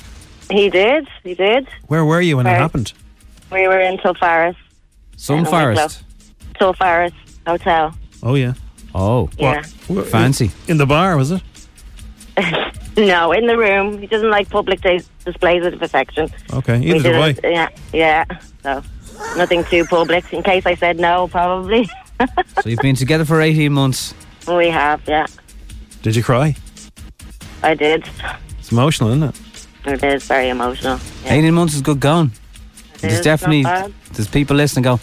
[SPEAKER 14] He did. He did.
[SPEAKER 3] Where were you when it
[SPEAKER 14] Right.
[SPEAKER 3] happened?
[SPEAKER 14] We were in Tulfaris.
[SPEAKER 5] Sun
[SPEAKER 14] Yeah, Wicklow.
[SPEAKER 5] Forest.
[SPEAKER 14] Tulfaris Hotel.
[SPEAKER 3] Oh, yeah.
[SPEAKER 5] Oh.
[SPEAKER 14] Yeah.
[SPEAKER 3] What?
[SPEAKER 5] Fancy.
[SPEAKER 3] In the bar, was it?
[SPEAKER 14] No, in the room. He doesn't like public dis- displays of affection.
[SPEAKER 3] Okay,
[SPEAKER 14] We
[SPEAKER 3] either
[SPEAKER 14] did
[SPEAKER 3] do I.
[SPEAKER 14] it- Yeah, yeah. So nothing too public. In case I said no, probably.
[SPEAKER 5] So you've been together for 18 months.
[SPEAKER 14] we have, yeah.
[SPEAKER 3] Did you cry?
[SPEAKER 14] I did.
[SPEAKER 3] It's emotional, isn't it?
[SPEAKER 14] It is very emotional.
[SPEAKER 5] 18 months is good going.
[SPEAKER 14] is
[SPEAKER 5] There's
[SPEAKER 14] not
[SPEAKER 5] definitely,
[SPEAKER 14] bad.
[SPEAKER 5] there's people listening go,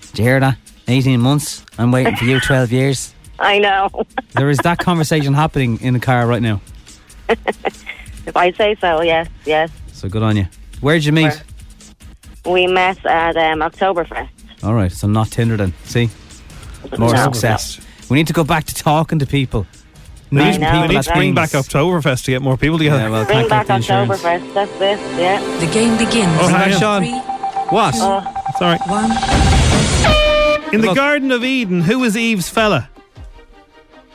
[SPEAKER 5] did you hear that? 18 months. I'm waiting for you 12 years.
[SPEAKER 14] I know.
[SPEAKER 5] There is that conversation happening in the car right now.
[SPEAKER 14] If I say so, yes, yes.
[SPEAKER 5] So good on you. Where'd you meet?
[SPEAKER 14] We met at um, Oktoberfest.
[SPEAKER 5] All right, so not Tinder then. See, more
[SPEAKER 14] No.
[SPEAKER 5] success. We need to go back to talking to people.
[SPEAKER 3] They
[SPEAKER 5] Meeting
[SPEAKER 3] need, they need to bring back Oktoberfest to get more people together.
[SPEAKER 14] Bring back Oktoberfest. That's this. Yeah. The game begins.
[SPEAKER 3] Oh, hang on. Sean. What?
[SPEAKER 14] Oh.
[SPEAKER 3] Sorry. In the Garden of Eden, who was Eve's fella?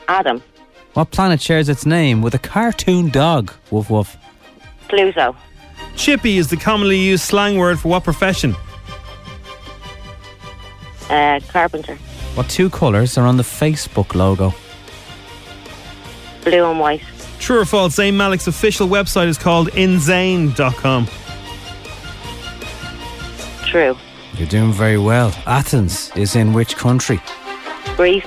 [SPEAKER 14] Adam,
[SPEAKER 5] What planet shares its name with a cartoon dog? Woof woof.
[SPEAKER 14] Pluto,
[SPEAKER 3] Chippy is the commonly used slang word for what profession?
[SPEAKER 14] uh, Carpenter,
[SPEAKER 5] What two colours are on the Facebook logo?
[SPEAKER 14] Blue and White,
[SPEAKER 3] True or false, Zayn Malik's official website is called inzane.com.
[SPEAKER 14] True,
[SPEAKER 5] You're doing very well. Athens is in which country?
[SPEAKER 14] Greece,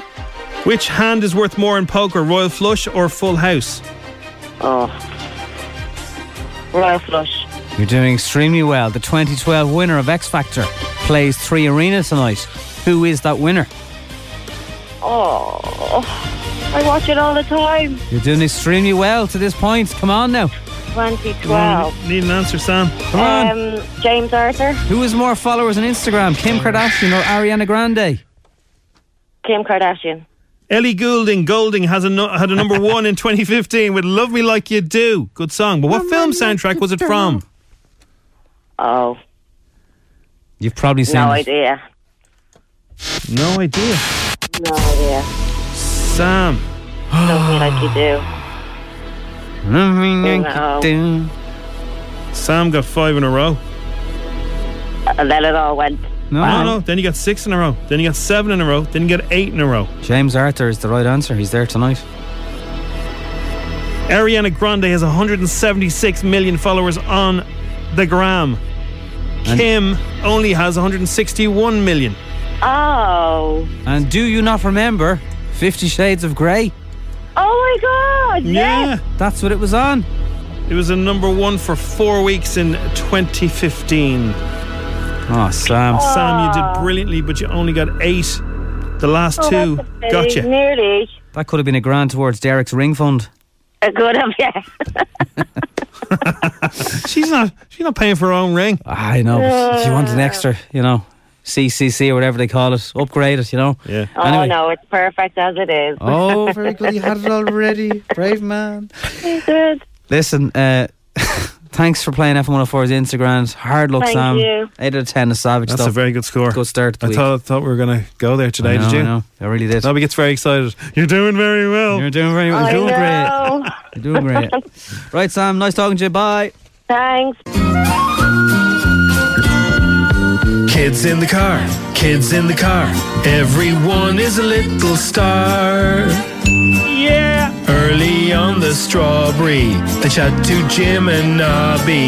[SPEAKER 3] Which hand is worth more in poker, royal flush or full house?
[SPEAKER 14] Oh. Royal Flush,
[SPEAKER 5] You're doing extremely well. The 2012 winner of X Factor plays three arena tonight. Who is that winner?
[SPEAKER 14] Oh, I watch it all the time.
[SPEAKER 5] You're doing extremely well to this point. Come on now.
[SPEAKER 14] 2012.
[SPEAKER 3] Need an answer, Sam.
[SPEAKER 5] Mm. Come on.
[SPEAKER 14] Um, James Arthur,
[SPEAKER 5] Who has more followers on Instagram, Kim Kardashian or Ariana Grande?
[SPEAKER 14] Kim Kardashian.
[SPEAKER 3] Ellie Goulding Golding has a nu- had a number one in 2015 with "Love Me Like You Do," good song. But what film soundtrack was it from?
[SPEAKER 14] Oh,
[SPEAKER 5] You've probably seen
[SPEAKER 14] no
[SPEAKER 5] it.
[SPEAKER 14] idea.
[SPEAKER 3] No idea.
[SPEAKER 14] No idea.
[SPEAKER 3] Sam.
[SPEAKER 14] Love me like you do. No.
[SPEAKER 3] Sam got five in a row.
[SPEAKER 14] And Uh, then it all went.
[SPEAKER 3] no, no. Then you got six in a row. Then you got seven in a row. Then you got eight in a row.
[SPEAKER 5] James Arthur is the right answer. He's there tonight.
[SPEAKER 3] Ariana Grande has 176 million followers on the gram. Kim only has 161 million.
[SPEAKER 14] Oh.
[SPEAKER 5] And do you not remember Fifty Shades of Grey?
[SPEAKER 14] Oh my God!
[SPEAKER 3] Yeah,
[SPEAKER 5] that's what it was on.
[SPEAKER 3] It was a number one for four weeks in 2015.
[SPEAKER 5] Oh, Sam.
[SPEAKER 3] Sam, you did brilliantly, but you only got eight. The last
[SPEAKER 14] Oh,
[SPEAKER 3] two
[SPEAKER 14] that's a pity.
[SPEAKER 3] got you.
[SPEAKER 14] Nearly.
[SPEAKER 5] That could have been a grand towards Derek's ring fund.
[SPEAKER 14] A good of yeah.
[SPEAKER 3] she's not. She's not paying for her own ring.
[SPEAKER 5] I know. But if you want an extra, you know, CCC or whatever they call it, upgrade it. You know. Yeah.
[SPEAKER 14] Oh no, it's perfect as it is.
[SPEAKER 5] Oh, very good. You had it already. Brave man.
[SPEAKER 14] Good.
[SPEAKER 5] Listen, uh, thanks for playing F104's Instagrams. Hard luck,
[SPEAKER 3] Thank
[SPEAKER 5] Sam.
[SPEAKER 3] you.
[SPEAKER 5] 8 out of 10 is savage
[SPEAKER 3] That's
[SPEAKER 5] stuff.
[SPEAKER 3] a very good score.
[SPEAKER 5] Good start. to the
[SPEAKER 3] I
[SPEAKER 5] week.
[SPEAKER 3] thought, thought we were going to go there today.
[SPEAKER 5] I know,
[SPEAKER 3] did you?
[SPEAKER 5] I know. I really did.
[SPEAKER 3] Nobby gets very excited. You're doing very well.
[SPEAKER 5] You're doing very well.
[SPEAKER 3] I
[SPEAKER 5] You're doing
[SPEAKER 3] know.
[SPEAKER 5] great. You're doing great. right, Sam. Nice talking to you. Bye.
[SPEAKER 14] Thanks.
[SPEAKER 15] Kids in the car, kids in the car. Everyone is a little star.
[SPEAKER 3] Yeah.
[SPEAKER 15] Early on the strawberry, they chat to Jim and Nobby.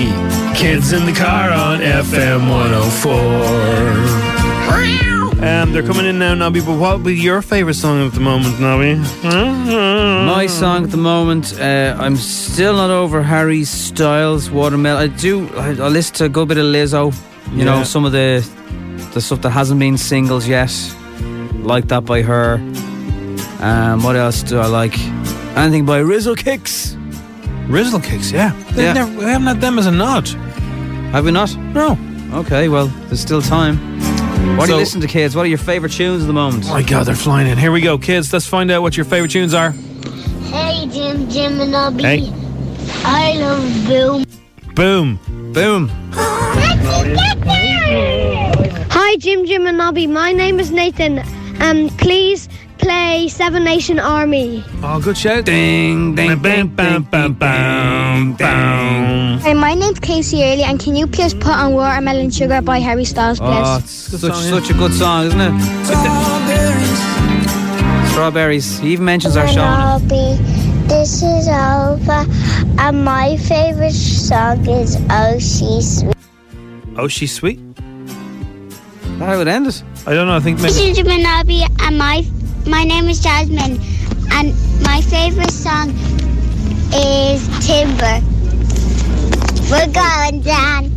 [SPEAKER 15] Kids in the car on FM 104.
[SPEAKER 3] Um, they're coming in now, Nobby. But what would be your favourite song at the moment, Nobby?
[SPEAKER 5] My song at the moment, uh, I'm still not over Harry Styles, Watermelon. I do, I, I listen to a good bit of Lizzo, you know,
[SPEAKER 3] Yeah.
[SPEAKER 5] some of the the stuff that hasn't been singles yet, like that by her. Um, what else do I like? Anything by Rizzle Kicks.
[SPEAKER 3] Rizzle Kicks, yeah. They've never- we haven't had them as a nod.
[SPEAKER 5] Have we not?
[SPEAKER 3] No.
[SPEAKER 5] Okay, well, there's still time. What do
[SPEAKER 3] So-
[SPEAKER 5] you listen to, kids? What are your favourite tunes at the moment?
[SPEAKER 3] Oh my God, they're flying in. Here we go, kids. Let's find out what your favourite tunes are.
[SPEAKER 16] Hey, Jim, Jim, and I'll be.
[SPEAKER 3] Hey.
[SPEAKER 16] I love Boom.
[SPEAKER 3] Boom.
[SPEAKER 5] Boom.
[SPEAKER 16] Hi, Jim, Jim, and Nobby. My name is Nathan. Um, please play Seven Nation Army.
[SPEAKER 3] Oh, good shout. Ding, ding, bam, bam, bam, bam, bam.
[SPEAKER 16] Hey, my name's Casey Early, and can you please put on Watermelon Sugar by Harry Styles, please?
[SPEAKER 3] Ah,
[SPEAKER 5] Oh, it's such, such a good song, isn't it? Strawberries. He even mentions our show. on it.
[SPEAKER 16] Nobby, this is over, and my favorite song is Oh She's Sweet.
[SPEAKER 3] Oh, she's sweet.
[SPEAKER 5] How would end it?
[SPEAKER 3] I don't know. I think
[SPEAKER 16] This
[SPEAKER 3] maybe.
[SPEAKER 16] is Jasmine Abbey, and my my name is Jasmine, and my favorite song is Timber. We're going down.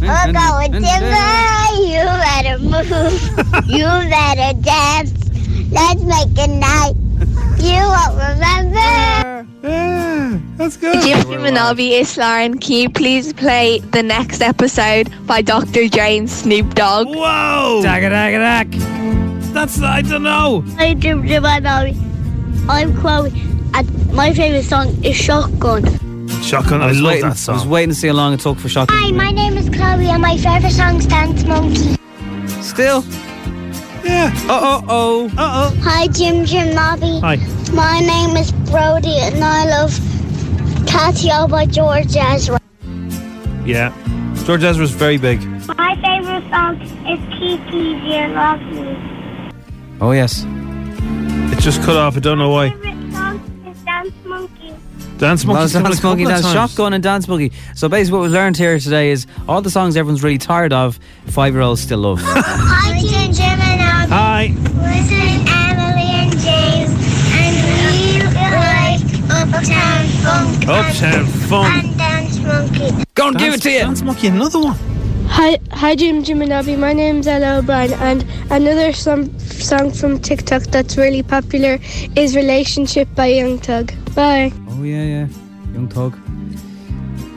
[SPEAKER 16] We're going timber. You better move. you better dance. Let's make a night. You won't remember.
[SPEAKER 17] That's good. Egyptian Manabi is Lauren. Can you please play the next episode by Dr. Dre and Snoop Dogg?
[SPEAKER 3] Whoa! That's, I don't know.
[SPEAKER 16] I do Jimmy Bowie. I'm Chloe, and my favorite song is Shotgun.
[SPEAKER 3] Shotgun, I,
[SPEAKER 5] was
[SPEAKER 3] love
[SPEAKER 5] waiting,
[SPEAKER 3] that song.
[SPEAKER 5] I was waiting to see how long it took for Shotgun.
[SPEAKER 16] Hi, my name is Chloe, and my favorite song's Dance Monkey.
[SPEAKER 5] Still? Yeah. Uh oh, oh. Uh
[SPEAKER 16] Hi, Jim Jim Nobby.
[SPEAKER 5] Hi.
[SPEAKER 16] My name is Brody, and I love Catio by George Ezra.
[SPEAKER 3] Yeah. George Ezra's very big.
[SPEAKER 16] My favorite song is Kiki, Dear Love Me.
[SPEAKER 3] Oh, yes. It just cut off. I don't know why.
[SPEAKER 16] Dance Monkey.
[SPEAKER 3] Dance Monkey.
[SPEAKER 5] Well, Dance Monkey, Dance Shotgun, and Dance Monkey. So basically, what we've learned here today is all the songs everyone's really tired of, five year olds still love.
[SPEAKER 3] Oh,
[SPEAKER 16] Hi, Jim Jim and Nobby.
[SPEAKER 5] Hi.
[SPEAKER 16] Listen, Emily and James, and we like Uptown Funk.
[SPEAKER 3] Uptown Funk.
[SPEAKER 16] And Dance Monkey.
[SPEAKER 3] Go and give it to you. Dance Monkey, another one.
[SPEAKER 18] Hi, hi, Jim, Jim, and Abby. My name's Ella O'Brien, and another som- song from TikTok that's really popular is "Relationship" by Young Thug. Bye.
[SPEAKER 5] Oh, yeah, yeah. Young Tug.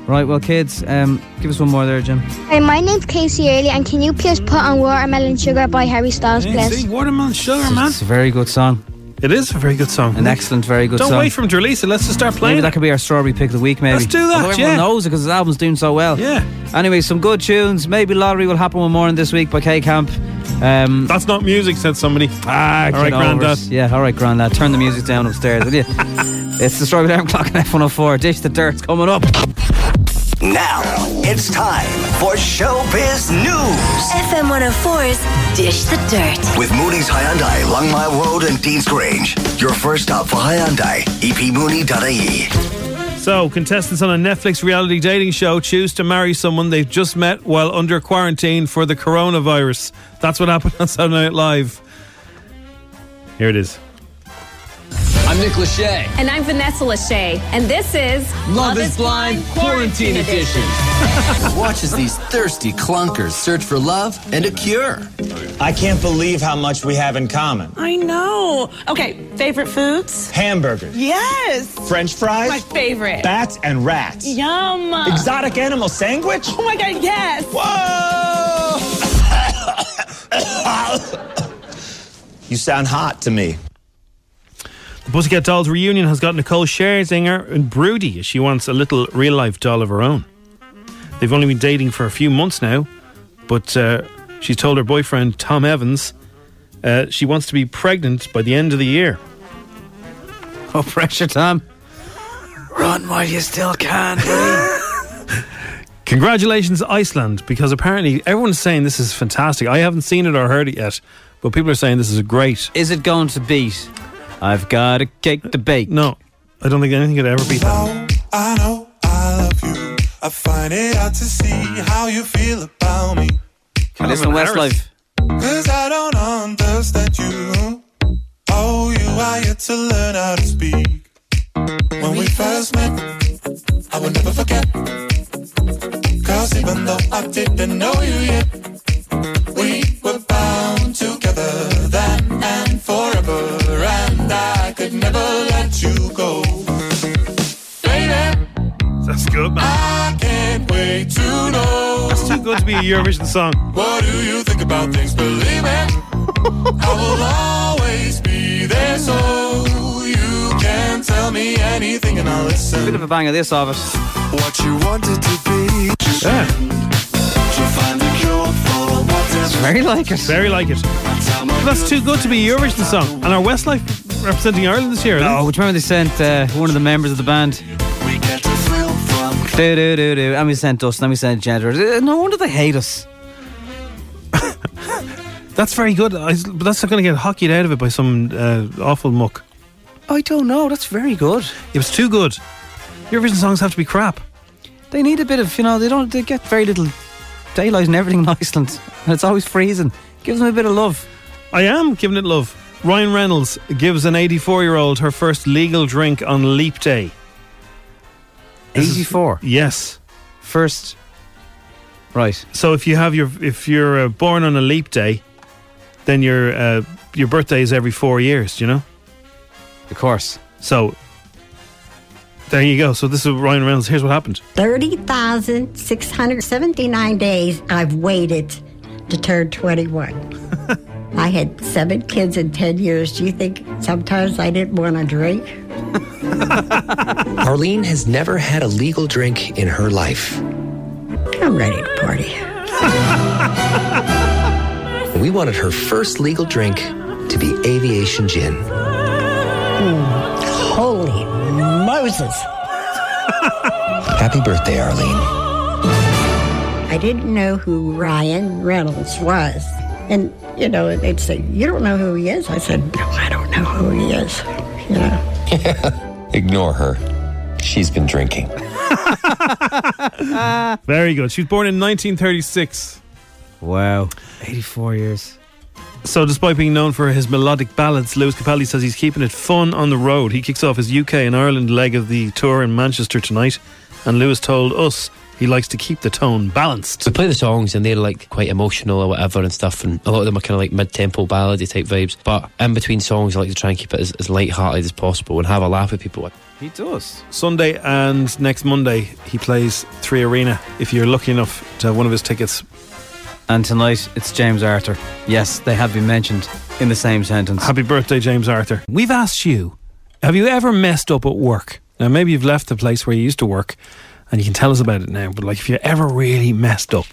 [SPEAKER 5] Right, well, kids, um, give us one more there, Jim.
[SPEAKER 18] Hi, my name's Casey Early, and can you please put on "Watermelon Sugar" by Harry Styles, please?
[SPEAKER 3] Watermelon Sugar, man.
[SPEAKER 5] It's a very good song.
[SPEAKER 3] It is a very good song.
[SPEAKER 5] An excellent, very good
[SPEAKER 3] Don't
[SPEAKER 5] song.
[SPEAKER 3] wait for him to release it. Let's just start playing.
[SPEAKER 5] Maybe that could be our strawberry pick of the week, maybe.
[SPEAKER 3] Let's do that,
[SPEAKER 5] Although everyone
[SPEAKER 3] yeah.
[SPEAKER 5] knows it because his album's doing so well. Yeah. Anyway, some good tunes. Maybe Lottery will happen one morning this week by K Camp. Um,
[SPEAKER 3] That's not music, said somebody.
[SPEAKER 5] Ah,
[SPEAKER 3] All right,
[SPEAKER 5] get over it.
[SPEAKER 3] Grandad.
[SPEAKER 5] Yeah, all right, Grandad. Turn the music down upstairs, will you? it's the Strawberry Alarm Clock on F104. Dish the dirt's coming up.
[SPEAKER 1] Now it's time for Showbiz News
[SPEAKER 2] FM 104's Dish the Dirt.
[SPEAKER 1] with Mooney's Hyundai, Long My Road, and Dean's Grange. Your first stop for Hyundai, E epmooney.ie.
[SPEAKER 3] So, contestants on a Netflix reality dating show choose to marry someone they've just met while under quarantine for the coronavirus. That's what happened on Saturday Night Live. Here it is.
[SPEAKER 6] I'm Nick Lachey.
[SPEAKER 19] And I'm Vanessa Lachey, and this is
[SPEAKER 6] Love, is Blind Quarantine Edition.
[SPEAKER 20] Watch as these thirsty clunkers search for love and a cure. I can't believe how much we have in common.
[SPEAKER 21] I know. Okay, favorite foods?
[SPEAKER 20] Hamburgers,
[SPEAKER 21] Yes.
[SPEAKER 20] French fries,
[SPEAKER 21] My favorite.
[SPEAKER 20] bats and rats,
[SPEAKER 21] Yum.
[SPEAKER 20] exotic animal sandwich.
[SPEAKER 21] Oh my god, yes.
[SPEAKER 20] You sound hot to me.
[SPEAKER 3] The Pussycat Dolls reunion has got Nicole Scherzinger and Broody as she wants a little real life doll of her own. They've only been dating for a few months now, but uh, she's told her boyfriend, Tom Evans, uh, she wants to be pregnant by the end of the year.
[SPEAKER 5] Oh, pressure, Tom. Run while you still can,
[SPEAKER 3] Congratulations, Iceland, because apparently everyone's saying this is fantastic. I haven't seen it or heard it yet, but people are saying this is great.
[SPEAKER 5] Is it going to beat? I've got a cake to bake.
[SPEAKER 3] No, I don't think anything could ever beat that.
[SPEAKER 22] I know I love you. I find it out to see how you feel about me.
[SPEAKER 5] Can we listen to Westlife?
[SPEAKER 22] Cause I don't understand you. Oh, you are yet to learn how to speak. When we first met, I will never forget. Cause even though I didn't know you yet, we were bound together then and forever. And I could never let you go. Baby,
[SPEAKER 3] That's good,
[SPEAKER 22] I can't wait to know.
[SPEAKER 3] That's too good to be a Eurovision song.
[SPEAKER 22] What do you think about things? Believe it. I will always be there, so you can tell me anything and I'll listen.
[SPEAKER 5] Bit of a bang of this, of it.
[SPEAKER 22] What you wanted to be.
[SPEAKER 3] Yeah.
[SPEAKER 22] You find the cure for
[SPEAKER 3] It's
[SPEAKER 22] whatever.
[SPEAKER 3] very like it. Very like it. That's too good to be a Eurovision song. And our Westlife representing Ireland this year.
[SPEAKER 5] Oh, do you remember they sent uh, one of the members of the band?
[SPEAKER 22] We get a thrill from
[SPEAKER 5] Do, do, do, do. And we sent Dust, and we sent Gender. Uh, No wonder they hate us.
[SPEAKER 3] That's very good, I, but that's not going to get hockeyed out of it by some uh, awful muck.
[SPEAKER 5] I don't know. That's very good.
[SPEAKER 3] It was too good. Eurovision songs have to be crap.
[SPEAKER 5] They need a bit of, you know, they don't, they get very little daylight and everything in Iceland. And it's always freezing. Give them a bit of love.
[SPEAKER 3] I am giving it love. Ryan Reynolds gives an 84 year old her first legal drink on Leap Day.
[SPEAKER 5] 84?
[SPEAKER 3] Yes.
[SPEAKER 5] First. Right.
[SPEAKER 3] So if you have your if you're uh, born on a leap day, then your uh, your birthday is every 4 years, do you know? Of course. So there you go. So this is Ryan Reynolds. Here's what happened.
[SPEAKER 23] 30,679 days I've waited to turn 21. I had seven kids in 10 years. Do you think sometimes I didn't want to drink?
[SPEAKER 11] Arlene has never had a legal drink in her life.
[SPEAKER 23] I'm ready to party.
[SPEAKER 11] We wanted her first legal drink to be aviation gin.
[SPEAKER 23] Mm, holy Moses.
[SPEAKER 11] Happy birthday, Arlene.
[SPEAKER 23] I didn't know who Ryan Reynolds was. And, you know, they'd say, You don't know who he is? I said, No, I don't know who he is. You know.
[SPEAKER 11] Ignore her. She's been drinking.
[SPEAKER 8] Uh,
[SPEAKER 3] Very good. She was born in 1936. Wow. 84 years. So, despite being known for his melodic ballads, Lewis Capaldi says he's keeping it fun on the road. He kicks off his UK and Ireland leg of the tour in Manchester tonight, and Lewis told us he likes to keep the tone balanced.
[SPEAKER 4] We play the songs and they're like quite emotional or whatever and stuff, and a lot of them are kind of like mid-tempo ballady type vibes. But in between songs, I like to try and keep it as, as light-hearted as possible and have a laugh with people.
[SPEAKER 3] He does. Sunday and next Monday, he plays Three Arena if you're lucky enough to have one of his tickets.
[SPEAKER 5] And tonight it's James Arthur. Yes, they have been mentioned in the same sentence.
[SPEAKER 3] Happy birthday, James Arthur. We've asked you, have you ever messed up at work? Now, maybe you've left the place where you used to work and you can tell us about it now, but like if you ever really messed up.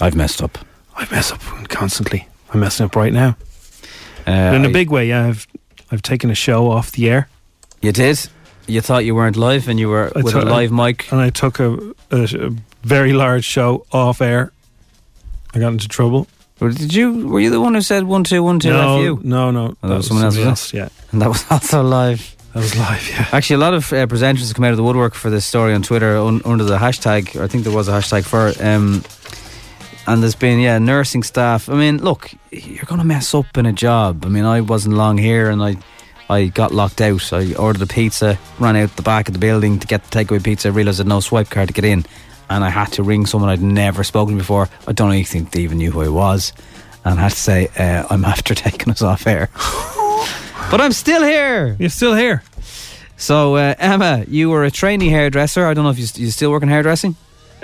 [SPEAKER 3] I've messed up. I mess up constantly. I'm messing up right now. Uh, But in a
[SPEAKER 5] I-
[SPEAKER 3] big way, yeah, I've, I've taken a show off the air.
[SPEAKER 5] You did. You thought you weren't live and you were
[SPEAKER 3] I
[SPEAKER 5] with
[SPEAKER 3] took-
[SPEAKER 5] a live mic.
[SPEAKER 3] And I took a, a, a very large show off air. I got into trouble.
[SPEAKER 5] Did you? Were you the one who said one two one two?
[SPEAKER 3] No,
[SPEAKER 5] F you?
[SPEAKER 3] no, no.
[SPEAKER 5] Oh, that was someone else.
[SPEAKER 3] somebody
[SPEAKER 5] was it?
[SPEAKER 3] else,
[SPEAKER 5] and that was also live.
[SPEAKER 3] That was live. Yeah.
[SPEAKER 5] Actually, a lot of uh, presenters come out of the woodwork for this story on Twitter un- under the hashtag. Or I think there was a hashtag for it. Um, and there's been yeah nursing staff. I mean, look, you're gonna mess up in a job. I mean, I wasn't long here, and I. I got locked out. I ordered a pizza, ran out the back of the building to get the takeaway pizza, realised I had no swipe card to get in, and I had to ring someone I'd never spoken to before. I don't even think they even knew who I was, and I had to say, uh, I'm after taking us off air. but I'm still here.
[SPEAKER 3] You're still here.
[SPEAKER 5] So, uh, Emma, you were a trainee hairdresser. I don't know if you, you still work in hairdressing.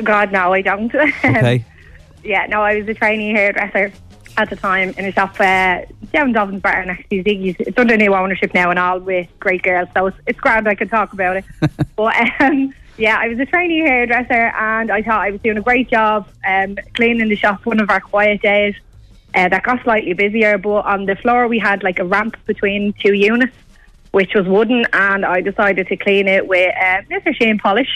[SPEAKER 7] God, no, I don't. Um,
[SPEAKER 5] Okay.
[SPEAKER 7] yeah, no, I was a trainee hairdresser at the time in a shop uh, down Dublin Bar and actually Ziggy's. It's under new ownership now and all with great girls, so it's, it's grand I can talk about it. but um, yeah, I was a trainee hairdresser and I thought I was doing a great job um, cleaning the shop one of our quiet days. Uh, that got slightly busier, but on the floor we had like a ramp between two units, which was wooden, and I decided to clean it with uh, Mr. Shane Polish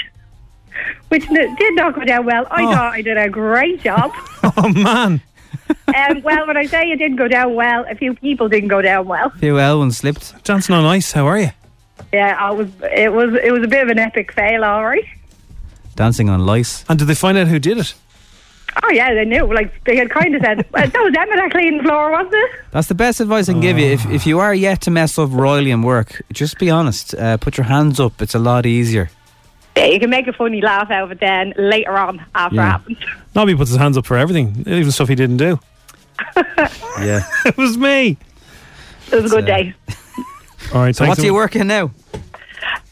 [SPEAKER 7] which n- did not go down well. I thought I did a great job.
[SPEAKER 3] oh man!
[SPEAKER 7] um, well, when I say it didn't go down well, a few people didn't go down well.
[SPEAKER 5] Few Elwyn slipped.
[SPEAKER 3] Dancing on ice. How are you?
[SPEAKER 7] Yeah, I was. It was. It was a bit of an epic fail, all right.
[SPEAKER 5] Dancing on lice.
[SPEAKER 3] And did they find out who did it?
[SPEAKER 7] Oh yeah, they knew. Like they had kind of said, well, "That was Emma that cleaned the floor, wasn't it?"
[SPEAKER 5] That's the best advice I can give you. If, if you are yet to mess up royally in work, just be honest. Uh, put your hands up. It's a lot easier.
[SPEAKER 7] Yeah, you can make a funny laugh out of it then later on after
[SPEAKER 3] Yeah.
[SPEAKER 7] it happens.
[SPEAKER 3] Nobby puts his hands up for everything, even stuff he didn't do.
[SPEAKER 5] yeah.
[SPEAKER 3] it was me. uh,
[SPEAKER 7] It was a good day.
[SPEAKER 3] All right. thanks
[SPEAKER 5] So what do
[SPEAKER 3] so
[SPEAKER 5] you
[SPEAKER 3] much.
[SPEAKER 5] work in now?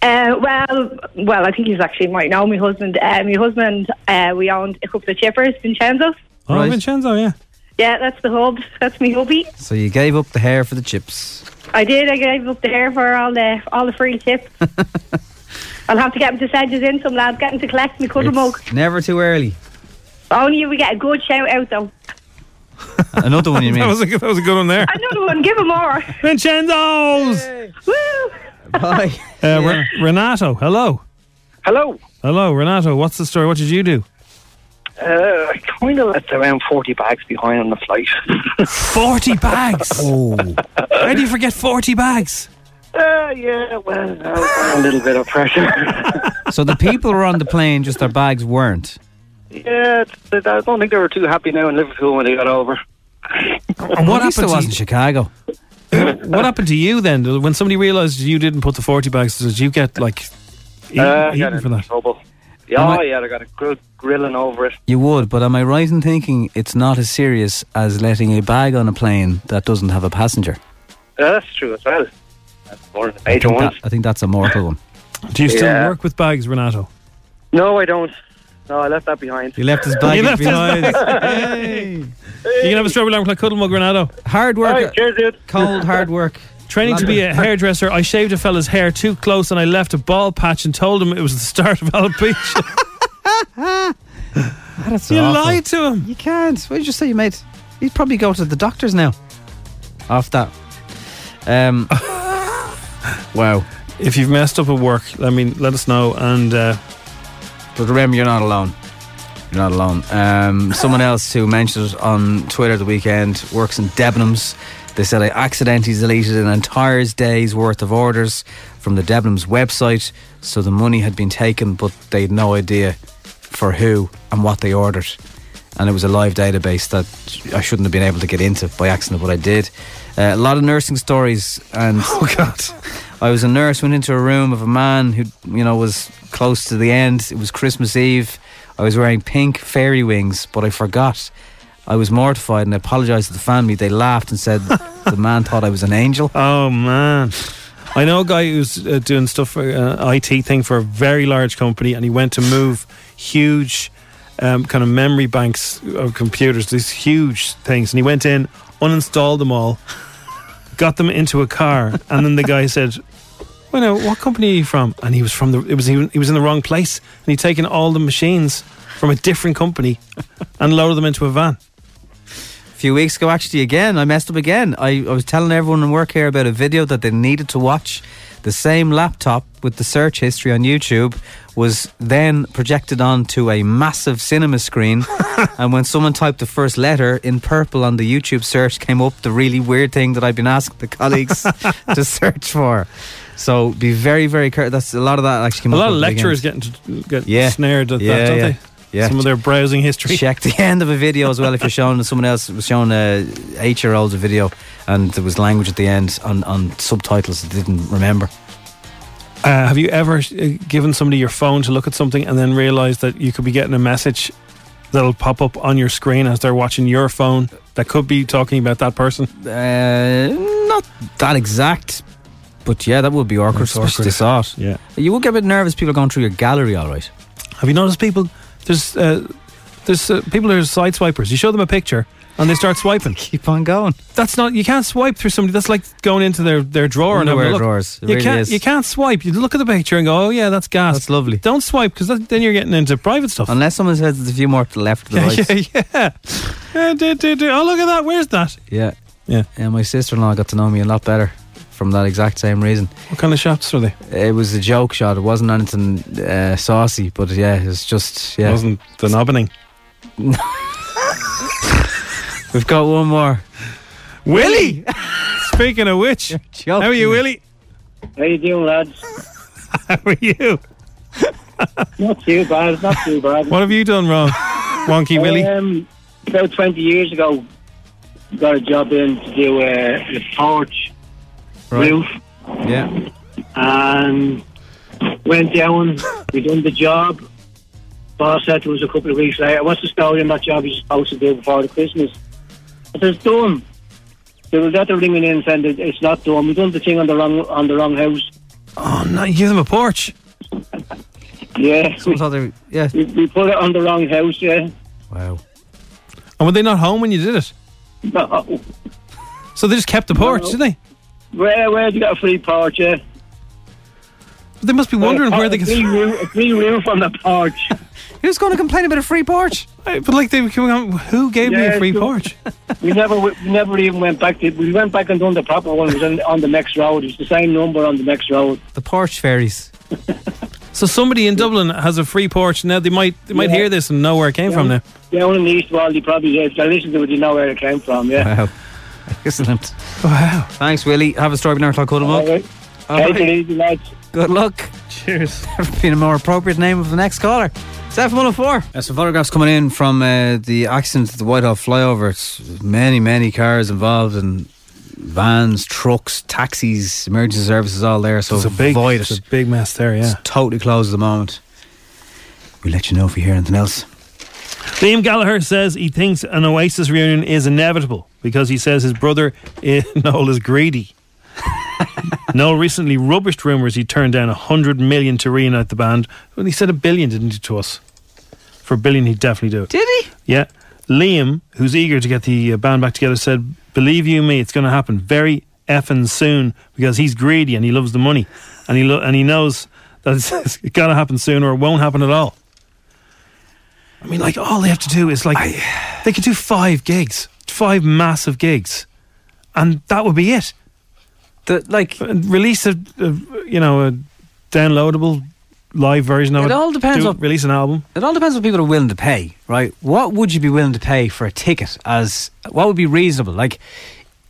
[SPEAKER 7] Uh, well, well, I think he's actually might know my husband. Uh, my husband, uh, we owned a couple of chippers, Vincenzo's.
[SPEAKER 3] Oh, Vincenzo, yeah.
[SPEAKER 7] Yeah, that's the hub. That's me hubby.
[SPEAKER 5] So you gave up the hair for the chips.
[SPEAKER 7] I did. I gave up the hair for all the all the free tips. I'll have to get him to send us in some lads. Get him to collect me cuddle mug.
[SPEAKER 5] Never too early.
[SPEAKER 7] Only if we get a good shout out though.
[SPEAKER 5] Another one you mean.
[SPEAKER 3] that, was a, good- that was a good one there.
[SPEAKER 7] Another one. Give him more.
[SPEAKER 3] Vincenzo's.
[SPEAKER 7] Woo!
[SPEAKER 5] Bye.
[SPEAKER 3] Uh, Re- Renato, hello.
[SPEAKER 24] Hello.
[SPEAKER 3] Hello, Renato. What's the story? What did you do?
[SPEAKER 24] Uh, I kind of left around 40 bags behind on the flight.
[SPEAKER 3] 40 bags? oh. How do you forget 40 bags?
[SPEAKER 24] Uh, yeah, well, no, a little bit of pressure.
[SPEAKER 5] So the people were on the plane, just their bags weren't.
[SPEAKER 24] yeah, I don't think they were too happy now in Liverpool when they got over.
[SPEAKER 3] And what
[SPEAKER 5] At
[SPEAKER 3] happened?
[SPEAKER 5] least it
[SPEAKER 3] to
[SPEAKER 5] was in Chicago.
[SPEAKER 3] you- what happened to you then? When somebody realised you didn't put the 40 bags, did you get like eaten,
[SPEAKER 24] Uh, I got
[SPEAKER 3] eaten for
[SPEAKER 24] in
[SPEAKER 3] that?
[SPEAKER 24] trouble. Yeah,
[SPEAKER 5] Am I-
[SPEAKER 24] yeah, I got a good grilling over it.
[SPEAKER 5] You would, but am I right in thinking it's not as serious as letting a bag on a plane that doesn't have a passenger?
[SPEAKER 24] Uh, that's true as well. That's one of the
[SPEAKER 5] I
[SPEAKER 24] major
[SPEAKER 5] think,
[SPEAKER 24] ones.
[SPEAKER 5] that- I think that's a mortal one.
[SPEAKER 3] Do you still
[SPEAKER 24] Yeah.
[SPEAKER 3] work with bags, Renato?
[SPEAKER 24] No, I don't. No, I left that behind.
[SPEAKER 5] You left his
[SPEAKER 3] You
[SPEAKER 5] baggage
[SPEAKER 3] left his
[SPEAKER 5] behind.
[SPEAKER 3] You can have a strawberry alarm clock cuddle mug, Renato.
[SPEAKER 5] Hard work. Alright,
[SPEAKER 24] cheers, dude.
[SPEAKER 5] Cold, hard work.
[SPEAKER 3] Training to be a hairdresser, I shaved a fella's hair too close and I left a bald patch and told him it was the start of alopecia.
[SPEAKER 5] That's
[SPEAKER 3] You
[SPEAKER 5] awful.
[SPEAKER 3] lied to him.
[SPEAKER 5] You can't. What did you just say you made? He'd probably go to the doctors now. Off that. Um, wow.
[SPEAKER 3] If you've messed up at work, I mean, let us know. And uh,
[SPEAKER 5] but remember, you're not alone. You're not alone. Um, someone else who mentioned it on Twitter the weekend works in Debenhams. They said I accidentally deleted an entire day's worth of orders from the Debenhams website, so the money had been taken, but they had no idea for who and what they ordered. And it was a live database that I shouldn't have been able to get into by accident, but I did. Uh, a lot of nursing stories, and oh god, I was a nurse. Went into a room of a man who, you know, was close to the end. It was Christmas Eve. I was wearing pink fairy wings, but I forgot. I was mortified and I apologised to the family. They laughed and said the man thought I was an angel.
[SPEAKER 3] Oh man. I know a guy who's uh, doing stuff for uh, IT thing for a very large company, and he went to move huge um, kind of memory banks of computers, these huge things, and he went in, uninstalled them all, got them into a car, and then the guy said, "Well, now, what company are you from?" And he was from the it was he, he was in the wrong place, and he'd taken all the machines from a different company and loaded them into a van.
[SPEAKER 5] A few weeks ago, actually, again, I messed up again. I, I was telling everyone in work here about a video that they needed to watch. The same laptop with the search history on YouTube was then projected onto a massive cinema screen. and when someone typed the first letter in purple on the YouTube search, came up the really weird thing that I've been asking the colleagues to search for. So be very, very careful. That's a lot of that actually came
[SPEAKER 3] A
[SPEAKER 5] up.
[SPEAKER 3] lot of
[SPEAKER 5] over the weekend.
[SPEAKER 3] lecturers getting to, get
[SPEAKER 5] Yeah.
[SPEAKER 3] snared at
[SPEAKER 5] Yeah,
[SPEAKER 3] that, don't
[SPEAKER 5] yeah.
[SPEAKER 3] they?
[SPEAKER 5] Yeah.
[SPEAKER 3] Some of their browsing history.
[SPEAKER 5] Check the end of a video as well if you're showing someone else was showing a eight year old a video and there was language at the end on, on subtitles that didn't remember.
[SPEAKER 3] Uh, have you ever uh, given somebody your phone to look at something and then realized that you could be getting a message that'll pop up on your screen as they're watching your phone that could be talking about that person?
[SPEAKER 5] Uh, not that exact, but yeah, that would be awkward.
[SPEAKER 3] That's awkward.
[SPEAKER 5] especially if they saw it.
[SPEAKER 3] Yeah.
[SPEAKER 5] You would get a bit nervous people are going through your gallery, all right.
[SPEAKER 3] Have you noticed people? There's uh, there's uh, people who are side swipers. You show them a picture and they start swiping.
[SPEAKER 5] Keep on going.
[SPEAKER 3] That's not. You can't swipe through somebody. That's like going into their their drawer and having
[SPEAKER 5] Underwear
[SPEAKER 3] a look.
[SPEAKER 5] drawers. It
[SPEAKER 3] you
[SPEAKER 5] really
[SPEAKER 3] can't.
[SPEAKER 5] is.
[SPEAKER 3] You can't swipe. You look at the picture and go, "Oh yeah, that's gas. That's
[SPEAKER 5] lovely."
[SPEAKER 3] Don't swipe because then you're getting into private stuff.
[SPEAKER 5] Unless someone says there's a few more to the left or the
[SPEAKER 3] yeah,
[SPEAKER 5] right.
[SPEAKER 3] yeah, yeah. Yeah, do, do, do. Oh look at that. Where's that?
[SPEAKER 5] Yeah.
[SPEAKER 3] Yeah.
[SPEAKER 5] And my sister in law got to know me a lot better from that exact same reason.
[SPEAKER 3] What kind of shots were they?
[SPEAKER 5] It was a joke shot. It wasn't anything uh, saucy, but yeah, it was just yeah.
[SPEAKER 3] Wasn't the nobbening?
[SPEAKER 5] We've got one more.
[SPEAKER 3] Willie. Speaking of which, how are you, Willie?
[SPEAKER 24] How you doing, lads?
[SPEAKER 3] How are you?
[SPEAKER 24] Not too bad. Not too bad.
[SPEAKER 3] What have you done wrong, Wonky Willie?
[SPEAKER 24] Um, about 20 years ago, got a job in to do a, a torch
[SPEAKER 5] Right.
[SPEAKER 24] roof
[SPEAKER 5] Yeah.
[SPEAKER 24] and went down. We done the job. Boss said to us a couple of weeks later, "What's the story on that job you're supposed to do before the Christmas?" I says, "Done." They were got to ringing in saying that it's not done. We done the thing on the wrong on the wrong house.
[SPEAKER 3] Oh no! You give them a porch.
[SPEAKER 24] Yeah, we,
[SPEAKER 5] yeah.
[SPEAKER 24] We, we put it on the wrong house. Yeah,
[SPEAKER 5] Wow.
[SPEAKER 3] And were they not home when you did it?
[SPEAKER 24] no.
[SPEAKER 3] So they just kept the porch,
[SPEAKER 24] No.
[SPEAKER 3] did they?
[SPEAKER 24] Where where'd you get a free porch? eh? Yeah.
[SPEAKER 3] But they must be wondering where they
[SPEAKER 24] a
[SPEAKER 3] could.
[SPEAKER 24] free roof, a free roof on the porch.
[SPEAKER 5] Who's going to complain about a free porch?
[SPEAKER 3] But like, they, who gave me
[SPEAKER 24] Yeah,
[SPEAKER 3] a free
[SPEAKER 24] so-
[SPEAKER 3] porch?
[SPEAKER 24] We never, we never even went back to. We went back and done the proper one. It was on, on the next road. It was the same number on the next road.
[SPEAKER 5] The porch fairies.
[SPEAKER 3] So somebody in Dublin has a free porch now. They might they might
[SPEAKER 24] Yeah.
[SPEAKER 3] hear this and know where it came from. Now
[SPEAKER 24] Down in the East Wall, you probably if they listen to it, you know where it came from. Yeah.
[SPEAKER 5] Wow. Excellent.
[SPEAKER 3] Oh, Wow.
[SPEAKER 5] Thanks, Willie. Have a strawberry nine o'clock cuddle
[SPEAKER 24] All
[SPEAKER 5] mug.
[SPEAKER 24] right.
[SPEAKER 5] All
[SPEAKER 24] Take
[SPEAKER 5] right.
[SPEAKER 24] it easy, lads.
[SPEAKER 5] Good luck.
[SPEAKER 3] Cheers.
[SPEAKER 5] Never been a more appropriate name of the next caller. It's FM104. Uh, some photographs coming in from uh, the accident at the Whitehall flyover. It's many, many cars involved and vans, trucks, taxis, emergency services, all there. So
[SPEAKER 3] it's a big,
[SPEAKER 5] avoid
[SPEAKER 3] it's
[SPEAKER 5] it.
[SPEAKER 3] a big mess there. Yeah.
[SPEAKER 5] It's totally closed at the moment. We'll let you know if we hear anything else.
[SPEAKER 3] Liam Gallagher says he thinks an Oasis reunion is inevitable because he says his brother eh, Noel is greedy. Noel recently rubbished rumours he turned down a hundred million to reunite the band. Well, he said a billion, didn't he, to us? For a billion, he'd definitely do it.
[SPEAKER 21] Did he?
[SPEAKER 3] Yeah. Liam, who's eager to get the uh, band back together, said, "Believe you me, it's going to happen very effing soon because he's greedy and he loves the money, and he lo- and he knows that it's, it's got to happen soon or it won't happen at all." I mean, like all they have to do is like they could do five gigs, five massive gigs, and that would be it.
[SPEAKER 5] The, like
[SPEAKER 3] release a, a you know a downloadable live version of it.
[SPEAKER 5] It all depends
[SPEAKER 3] Do-
[SPEAKER 5] on-
[SPEAKER 3] release an album.
[SPEAKER 5] It all depends what people are willing to pay, right? What would you be willing to pay for a ticket? As what would be reasonable? Like,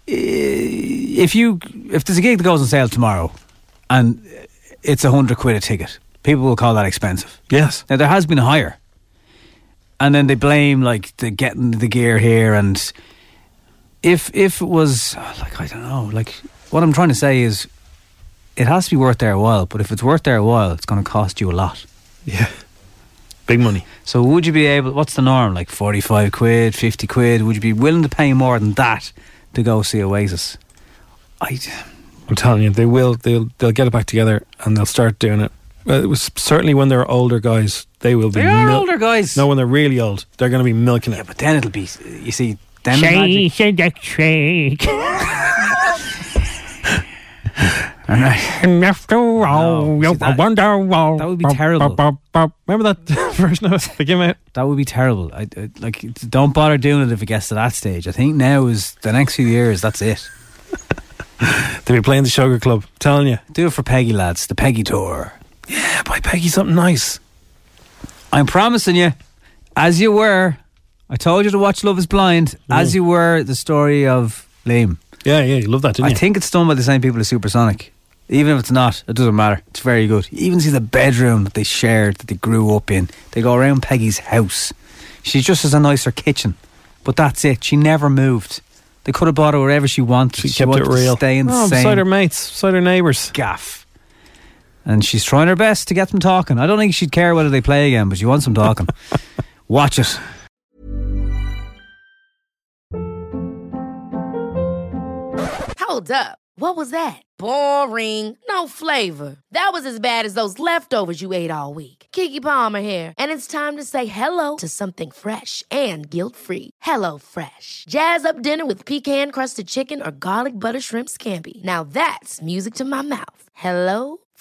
[SPEAKER 5] i- if you if there's a gig that goes on sale tomorrow, and it's a hundred quid a ticket, people will call that expensive.
[SPEAKER 3] Yes.
[SPEAKER 5] Now there has been higher, and then they blame like the getting the gear here and if if it was like I don't know, like what I'm trying to say is it has to be worth their while. But if it's worth their while, it's going to cost you a lot.
[SPEAKER 3] Yeah, big money.
[SPEAKER 5] So would you be able? What's the norm? Like forty five quid, fifty quid? Would you be willing to pay more than that to go see Oasis? I.
[SPEAKER 3] I'm telling you, they will. They'll they'll get it back together and they'll start doing it. Uh, it was certainly when they're older guys, they will be.
[SPEAKER 5] They are older guys.
[SPEAKER 3] No, when they're really old, they're going to be milking it. Yeah,
[SPEAKER 5] but then it'll be. You see, then the
[SPEAKER 3] Shake,
[SPEAKER 5] magic- All right.
[SPEAKER 3] And after all,
[SPEAKER 5] No, Oh, see, that-
[SPEAKER 3] wonder why. That
[SPEAKER 5] would be terrible.
[SPEAKER 3] Remember that version of it that came out?
[SPEAKER 5] That would be terrible. I, I- like, it's- don't bother doing it if it gets to that stage. I think now is the next few years. That's it.
[SPEAKER 3] They'll be playing the Sugar Club. Telling you,
[SPEAKER 5] do it for Peggy lads. The Peggy tour.
[SPEAKER 3] Yeah, buy Peggy something nice.
[SPEAKER 5] I'm promising you, as you were. I told you to watch Love Is Blind. As you were, the story of Liam.
[SPEAKER 3] Mm. Yeah, yeah, you love that, didn't
[SPEAKER 5] I
[SPEAKER 3] you?
[SPEAKER 5] think it's done by the same people as Supersonic. Even if it's not, it doesn't matter. It's very good. You even see the bedroom that they shared, that they grew up in. They go around Peggy's house. She just has a nicer kitchen, but that's it. She never moved. They could have bought her wherever she wanted. She,
[SPEAKER 3] kept
[SPEAKER 5] wanted
[SPEAKER 3] it real.
[SPEAKER 5] To stay in the
[SPEAKER 3] Oh,
[SPEAKER 5] same
[SPEAKER 3] beside her mates, beside her neighbours.
[SPEAKER 5] Gaff. and she's trying her best to get them talking. I don't think she'd care whether they play again, but she wants them talking. Watch it.
[SPEAKER 9] Hold up. What was that? Boring. No flavor. That was as bad as those leftovers you ate all week. Kiki Palmer here, and it's time to say hello to something fresh and guilt-free. Hello Fresh. Jazz up dinner with pecan-crusted chicken or garlic butter shrimp scampi. Now that's music to my mouth. Hello